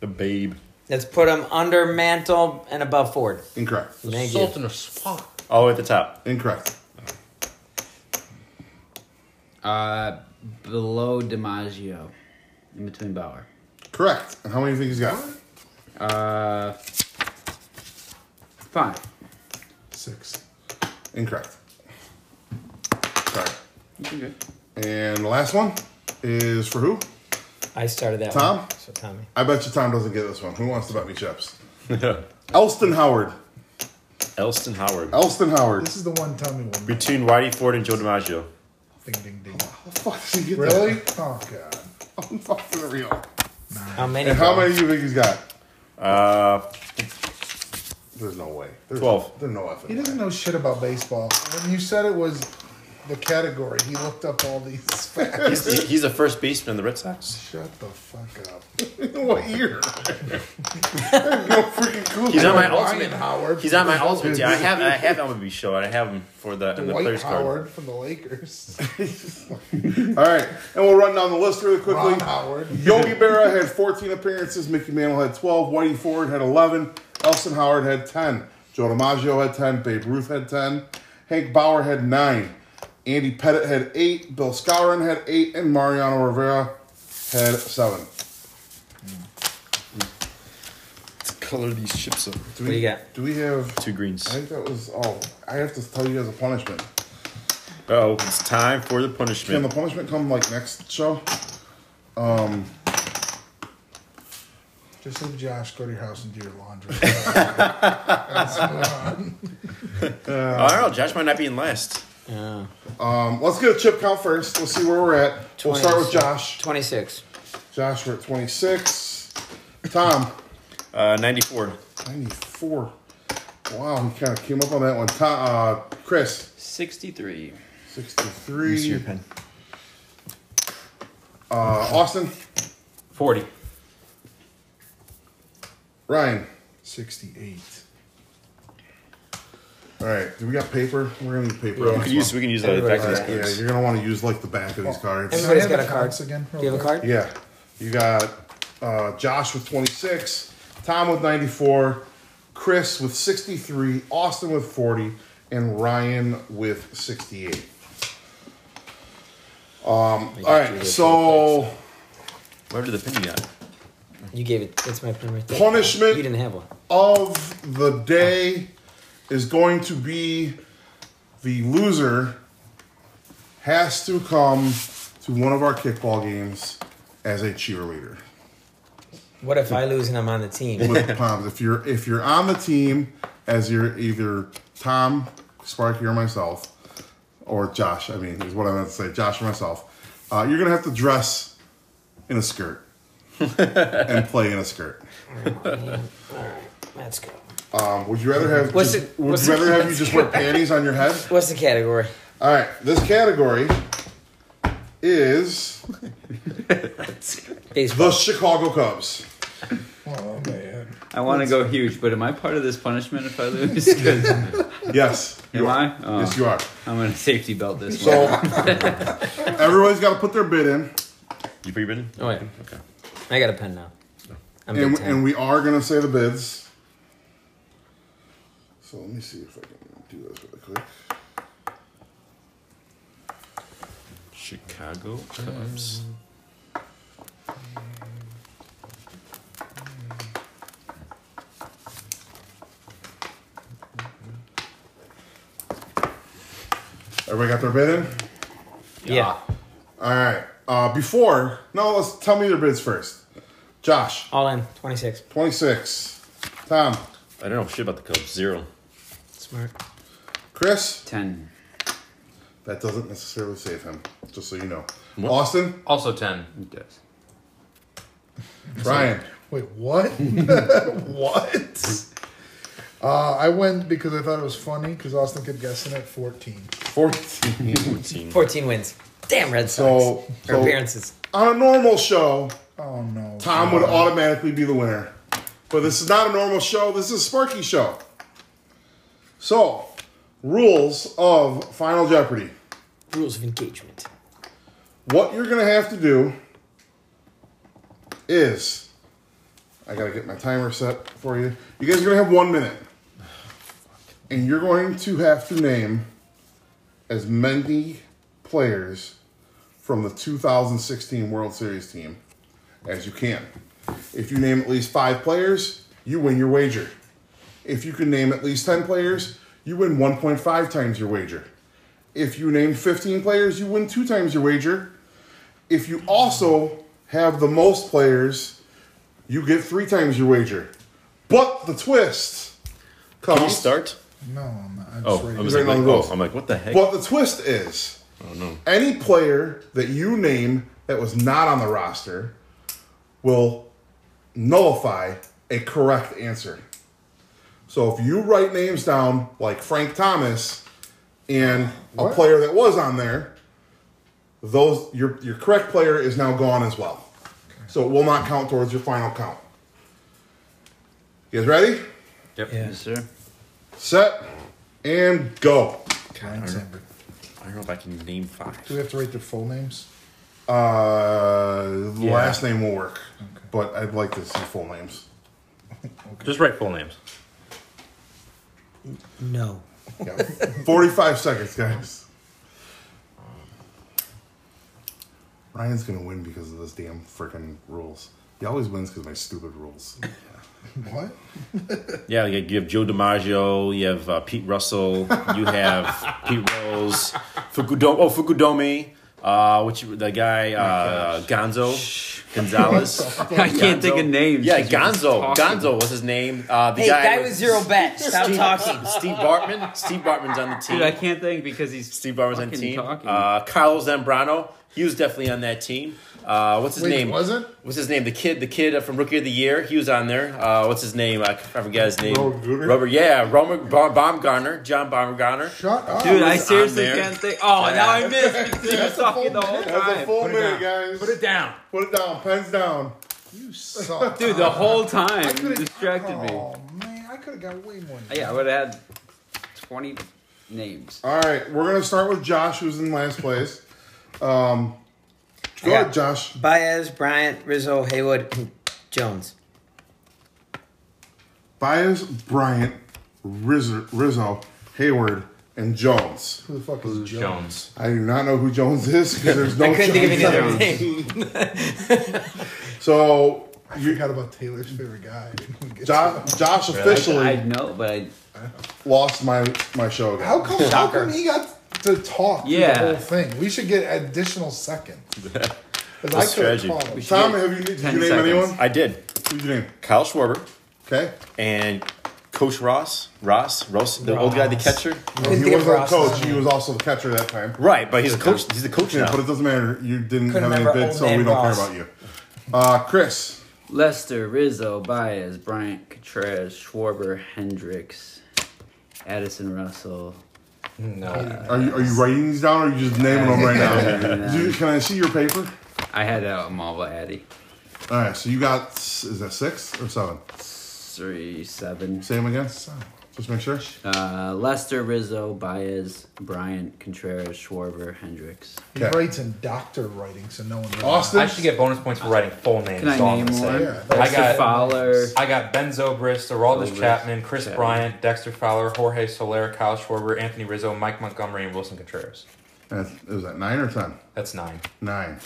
S7: The Babe.
S2: Let's put him under Mantle and above Ford.
S4: Incorrect.
S2: Thank you.
S5: Sultan of Swat.
S7: All the way Oh, at the top.
S4: Incorrect.
S6: Uh, below DiMaggio, in between Bauer.
S4: Correct. And how many do you think he's got?
S6: Uh, five.
S3: Six.
S4: Incorrect. Sorry. And the last one is for who?
S2: I started that
S4: Tom?
S2: one. So Tommy.
S4: I bet you Tom doesn't get this one. Who wants to bet me chips? Elston Howard.
S7: Elston Howard.
S4: Elston Howard.
S3: This is the one Tommy one. Ding,
S7: Between Whitey Ford and Joe DiMaggio.
S3: ding, ding.
S4: How the fuck did he get
S3: Really? Oh, God.
S4: that? I'm fucking real.
S2: How many?
S4: And how
S2: bro?
S4: many do you think he's got?
S7: Uh,
S4: There's no way. There's,
S7: Twelve.
S4: There's no effing
S3: He
S4: way.
S3: doesn't know shit about baseball. When you said it was the category, he looked up all these facts.
S7: he's, he's the first baseman in the Red Sox.
S3: Shut the fuck up.
S4: what year? I have no freaking clue.
S7: He's on my
S3: Ryan
S7: ultimate.
S3: Howard.
S7: He's on my ultimate. team. I have I have MLB show and I have him for the, in the
S3: White
S7: players card.
S3: Howard from the Lakers.
S4: All right, and we'll run down the list really quickly.
S3: Ron Howard.
S4: Yogi Berra had 14 appearances. Mickey Mantle had 12. Whitey Ford had 11. Elson Howard had 10. Joe DiMaggio had 10. Babe Ruth had 10. Hank Bauer had 9. Andy Pettit had 8. Bill Scourin had 8. And Mariano Rivera had 7.
S7: Let's color these chips up.
S4: Do
S2: What do you got?
S4: Do we have...
S7: Two
S4: I
S7: greens.
S4: think that was all. I have to tell you as a punishment.
S7: Oh, it's time for the
S4: Can the
S7: punishment.
S4: punishment come, like, next show? Um,
S3: Just leave Josh, go to your house and do your laundry. Let's move on. Uh,
S7: Oh, I don't know. Josh might not be in last.
S4: Um, let's get a chip count first. Let's see where we're at. We'll start with
S2: 26.
S4: Josh.
S2: 26.
S4: Josh, we're at 26. Tom,
S7: Uh, 94.
S4: 94. Wow, he kind of came up on that one. Ta- uh, Chris,
S6: 63.
S4: 63. Uh, Austin,
S5: 40.
S4: Ryan.
S3: 68.
S4: All right, do we got paper? We're gonna need paper. on
S7: We
S4: this
S7: can use we can use that back
S4: one.
S7: to these
S4: All right, yeah,
S7: cards.
S4: you're gonna want to use like the back of these cards.
S3: Everybody-
S2: Everybody's
S3: have
S2: got a
S3: the
S2: card.
S3: cards again,
S2: Do you have a
S3: real
S2: card?
S4: Yeah, you got uh, Josh with 26, Tom with 94, Chris with 63, Austin with 40, and Ryan with 68. Um, all right, so
S7: Where did the pin go?
S2: You gave it. That's my pen right there.
S4: Punishment.
S2: You didn't have one.
S4: of the day is going to be the loser has to come to one of our kickball games as a cheerleader.
S2: What if I lose and I'm on the team?
S4: with the Palms. If you're if you're on the team as you're either Tom, Sparky, or myself, or Josh, I mean, is what I meant to say, Josh or myself, uh, you're gonna have to dress in a skirt and play in a skirt.
S2: Let's go.
S4: Um, would you rather have
S2: What's
S4: just-
S2: it-
S4: would
S2: what's
S4: you
S2: it-
S4: rather have you just wear panties on your head?
S2: What's the category?
S4: All right, this category is
S2: Baseball.
S4: the Chicago Cubs.
S3: Oh, man.
S6: I want to go huge, but am I part of this punishment if I lose? 'Cause
S4: Yes, you
S6: Am
S4: are.
S6: I? Oh.
S4: Yes, you are.
S6: I'm going to safety belt this
S4: So
S6: one.
S4: everybody's got to put their bid in.
S7: You pre been?
S2: Oh yeah. Okay. I got a pen now. I'm big
S4: and,
S2: time.
S4: and we are gonna say the bids. So let me see if I can do this really quick.
S7: Chicago Cubs.
S4: Everybody got their bid in?
S2: yeah.
S4: All right. Uh, before, no, let's tell me your bids first. Josh,
S2: All in. Twenty six.
S4: 26. Tom,
S7: I don't know shit about the Cubs. Zero.
S2: Smart.
S4: Chris,
S6: 10.
S4: that doesn't necessarily save him, just so you know.
S7: What?
S4: Austin,
S5: Also 10.
S6: It does.
S4: Ryan,
S3: Wait, what? what? Uh, I went because I thought it was funny because Austin kept guessing at 14.
S4: 14.
S7: Fourteen.
S2: Fourteen wins. Damn Red Sox.
S4: So,
S2: Or
S4: so
S2: appearances.
S4: on a normal show,
S3: Oh, no.
S4: Tom would automatically be the winner. But this is not a normal show. This is a Sparky show. So, rules of Final Jeopardy.
S2: Rules of engagement.
S4: What you're going to have to do is, I got to get my timer set for you. You guys are going to have one minute. And you're going to have to name as many players from the 2016 World Series team as you can. If you name at least five players, you win your wager. If you can name at least 10 players, you win 1.5 times your wager. If you name 15 players, you win two times your wager. If you also have the most players, you get three times your wager. But the twist
S7: Can you
S4: comes.
S7: start?
S3: No, I'm not. I'm
S7: Oh,
S3: just
S7: I
S3: ready.
S7: was
S4: Right
S7: like,
S4: on the
S7: oh,
S4: rules.
S7: I'm like, what the heck? Oh,
S4: But the twist is any player that you name that was not on the roster will nullify a correct answer. So if you write names down like Frank Thomas and a player that was on there, those your your correct player is now gone as well. So it will not count towards your final count. You guys ready?
S6: Yep. Yes, sir.
S4: Set and go.
S3: Time's up.
S7: I don't know if I can name five.
S3: Do we have to write their full names?
S4: Uh, the last name will work, but I'd like to see full names.
S5: Just write full names.
S2: No.
S4: Yeah. 45 seconds, guys. Ryan's gonna win because of this damn freaking rules. He always wins because of my stupid rules.
S3: What?
S7: Yeah, like you have Joe DiMaggio, you have uh, Pete Russell, you have Pete Rose, Fukudome, oh Fukudome, uh, which the guy uh, Gonzo Gonzalez.
S6: I can't think of names.
S7: Yeah,
S6: 'cause you're just
S7: Gonzo.
S6: talking.
S7: Gonzo was his name. Uh, the
S2: Hey,
S7: guy,
S2: guy
S7: with
S2: with zero bet. Stop
S7: Steve,
S2: talking.
S7: Steve Bartman. Steve Bartman's on the team.
S6: Dude, I can't think because he's
S7: Steve Bartman's on the
S6: fucking
S7: team.
S6: talking.
S7: Uh, Carlos Zambrano. He was definitely on that team. Uh, Uh, what's his
S3: Wait,
S7: name?
S3: was it?
S7: What's his name? The kid, the kid from Rookie of the Year. He was on there. Uh, what's his name? I, I forget his name.
S4: Robert Gooder?
S7: Robert- yeah, Robert Baum, Baumgartner, John Baumgartner.
S3: Shut up.
S6: Dude, I
S7: was on
S6: seriously
S7: there.
S6: can't think. Oh, now I missed because you were talking the whole
S4: That's a
S6: time.
S4: full
S3: Put it down.
S4: minute, guys.
S6: Put it down.
S4: Put it down. Pens down.
S3: You suck.
S6: Dude, the whole time you
S3: could've-
S6: distracted me.
S3: Oh man, I could have got way more. Than
S6: Uh, Yeah, I would have had 20 names.
S4: All right, we're gonna start with Josh, who's in last place. Um, go
S2: Yeah.
S4: ahead, Josh.
S2: Baez, Bryant, Rizzo, Haywood, and Jones.
S4: Bias, Bryant, Rizzo, Rizzo, Hayward, and Jones.
S3: Who the fuck is Joe?
S5: Jones.
S4: I do not know who Jones is because there's no.
S2: I couldn't think of
S4: Jones.
S2: any other name.
S4: So
S3: I forgot about Taylor's favorite guy.
S4: Josh, Josh officially
S6: I know, but I.
S4: lost my my show. Again.
S3: How come? How come he got to talk? through
S6: Yeah.
S3: The whole thing. We should get additional seconds. 'Cause I
S7: That's
S3: could've
S7: strategy.
S3: caught him.
S4: Tom, have you, did you
S6: 10
S4: name
S6: seconds.
S4: anyone?
S7: I did.
S4: Who'd you name?
S7: Kyle Schwarber
S4: Okay.
S7: and Coach Ross, Ross, Ross, the old guy, the catcher.
S4: No, he
S2: think of
S4: wasn't a
S2: Ross.
S4: coach. He was also the catcher that time.
S7: Right, but he's a coach. He's the coach
S4: Yeah,
S7: now.
S4: but it doesn't matter. You didn't
S2: Couldn't
S4: have any
S2: remember
S4: bid,
S2: old
S4: so we
S2: man
S4: don't
S2: Ross.
S4: care about you. Uh, Chris,
S6: Lester, Rizzo, Baez, Bryant, Contreras, Schwarber, Hendricks, Addison Russell.
S2: No.
S4: are you, are you writing these down or are you just naming them right now?
S6: Yeah.
S4: Do you- can I see your paper?
S6: I had a Malva Addy.
S4: All right, so you got is that six or seven?
S6: Three, seven.
S4: Same again. Seven. Just make sure.
S6: Uh, Lester, Rizzo, Baez, Bryant, Contreras, Schwarber, Hendricks.
S3: He
S4: Okay.
S3: writes in doctor writing, so no one. knows.
S4: Austin.
S5: I should get bonus points for writing full names.
S6: Can I
S5: is all I'm
S6: name
S5: gonna say.
S6: one?
S3: Yeah,
S5: I
S6: Dexter
S5: got
S6: Fowler.
S5: I got Ben Zobrist, Araldis
S6: Zobrist,
S5: Chapman, Chris
S6: Chapman.
S5: Bryant, Dexter Fowler, Jorge Soler, Kyle Schwarber, Anthony Rizzo, Mike Montgomery, and Wilson Contreras.
S4: That's, was that nine or ten?
S5: That's nine.
S4: Nine.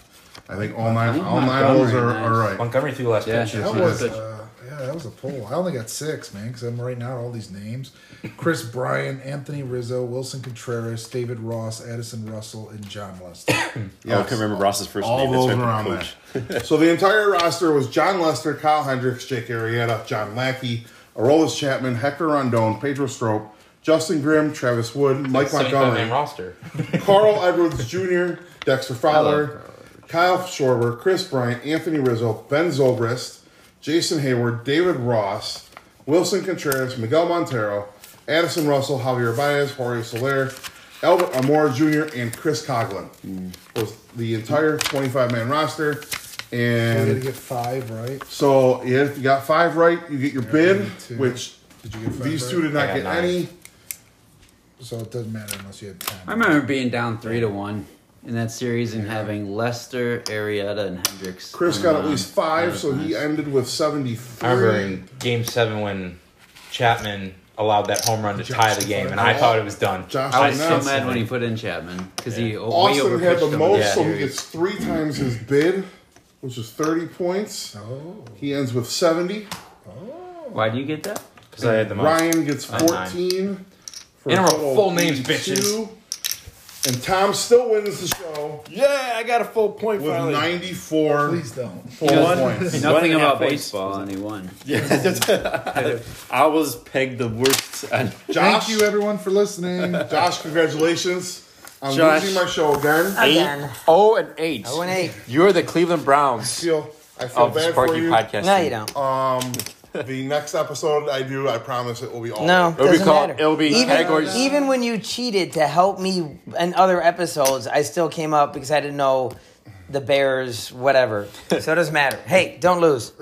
S4: I think all nine.
S6: think
S4: All nine of those are,
S6: Montgomery,
S4: are right.
S5: Montgomery threw the last
S6: Yeah.
S5: pitch.
S3: That
S4: Yes,
S3: was
S4: he did.
S3: uh, yeah, that was a poll. I only got six, man, because I'm writing out all these names: Chris Bryan, Anthony Rizzo, Wilson Contreras, David Ross, Addison Russell, and John Lester.
S7: Oh, I can remember Ross's first
S4: All
S7: name. That's
S4: those
S7: right,
S4: were
S7: the
S4: on
S7: coach.
S4: there. so the entire roster was John Lester, Kyle Hendricks, Jake Arrieta, John Lackey, Arolas Chapman, Hector Rondon, Pedro Strope, Justin Grimm, Travis Wood, Mike
S5: man
S4: Montgomery,
S5: roster.
S4: Carl Edwards Jr., Dexter
S3: Oh,
S4: Fowler, Kyle Schorber, Chris Bryant, Anthony Rizzo, Ben Zobrist, Jason Hayward, David Ross, Wilson Contreras, Miguel Montero, Addison Russell, Javier Baez, Jorge Soler, Albert Amora Jr., and Chris Coughlin was the entire 25 man roster.
S3: we had to
S4: And
S3: get five, right?
S4: so yeah, if you got five right, you get your bid,
S3: two.
S4: which
S3: Did you get five?
S4: these
S3: right?
S4: two did not
S5: got
S4: get
S5: nine.
S4: any.
S3: So it doesn't matter unless you had ten.
S6: I remember being down three to one in that series and having Lester, Arietta, and Hendricks.
S4: Chris
S6: on
S4: got
S6: the
S4: at
S6: mound.
S4: least five,
S6: That
S4: so
S6: was
S4: he
S6: nice.
S4: ended with 73.
S5: I remember in Game Seven when Chapman allowed that home run to tie the game, and I thought it was done.
S4: Josh
S6: I was so
S4: Arnett.
S6: mad when he put in Chapman because he o- way
S4: Austin had
S6: overpitched him
S4: the
S6: in
S4: most,
S6: that
S4: so he
S6: series.
S4: gets three times his bid, which is 30 points.
S3: Oh,
S4: He ends with 70.
S6: Oh. Why do you get that?
S5: Because I had the most.
S4: Ryan gets
S5: Uh, nine.
S4: 14. For
S5: In a row,
S4: total
S5: full names,
S4: 82.
S5: bitches.
S4: And Tom still wins the show
S1: Yeah, I got a full point
S4: with
S1: finally.
S4: 94
S3: please don't.
S4: full points.
S7: One and
S6: Nothing
S7: a half
S6: about
S7: points.
S6: baseball, and he won.
S7: I was pegged the worst. And
S4: Josh,
S3: Thank you, everyone, for listening.
S4: Josh, congratulations. I'm
S7: Josh.
S4: losing my show again. I
S2: Again.
S7: oh, and eight.
S2: Oh and eight.
S7: You're the Cleveland Browns
S4: feel, I feel
S7: of
S4: bad for
S7: Sparky
S4: you. Um,
S7: Podcast.
S2: No, you don't.
S4: The next episode I do, I promise it will be all
S2: No,
S7: be
S2: doesn't
S7: called-
S2: matter.
S7: it'll be
S2: even,
S7: categories-
S2: Even when you cheated to help me in other episodes, I still came up because I didn't know the Bears, whatever. so it doesn't matter. Hey, don't lose.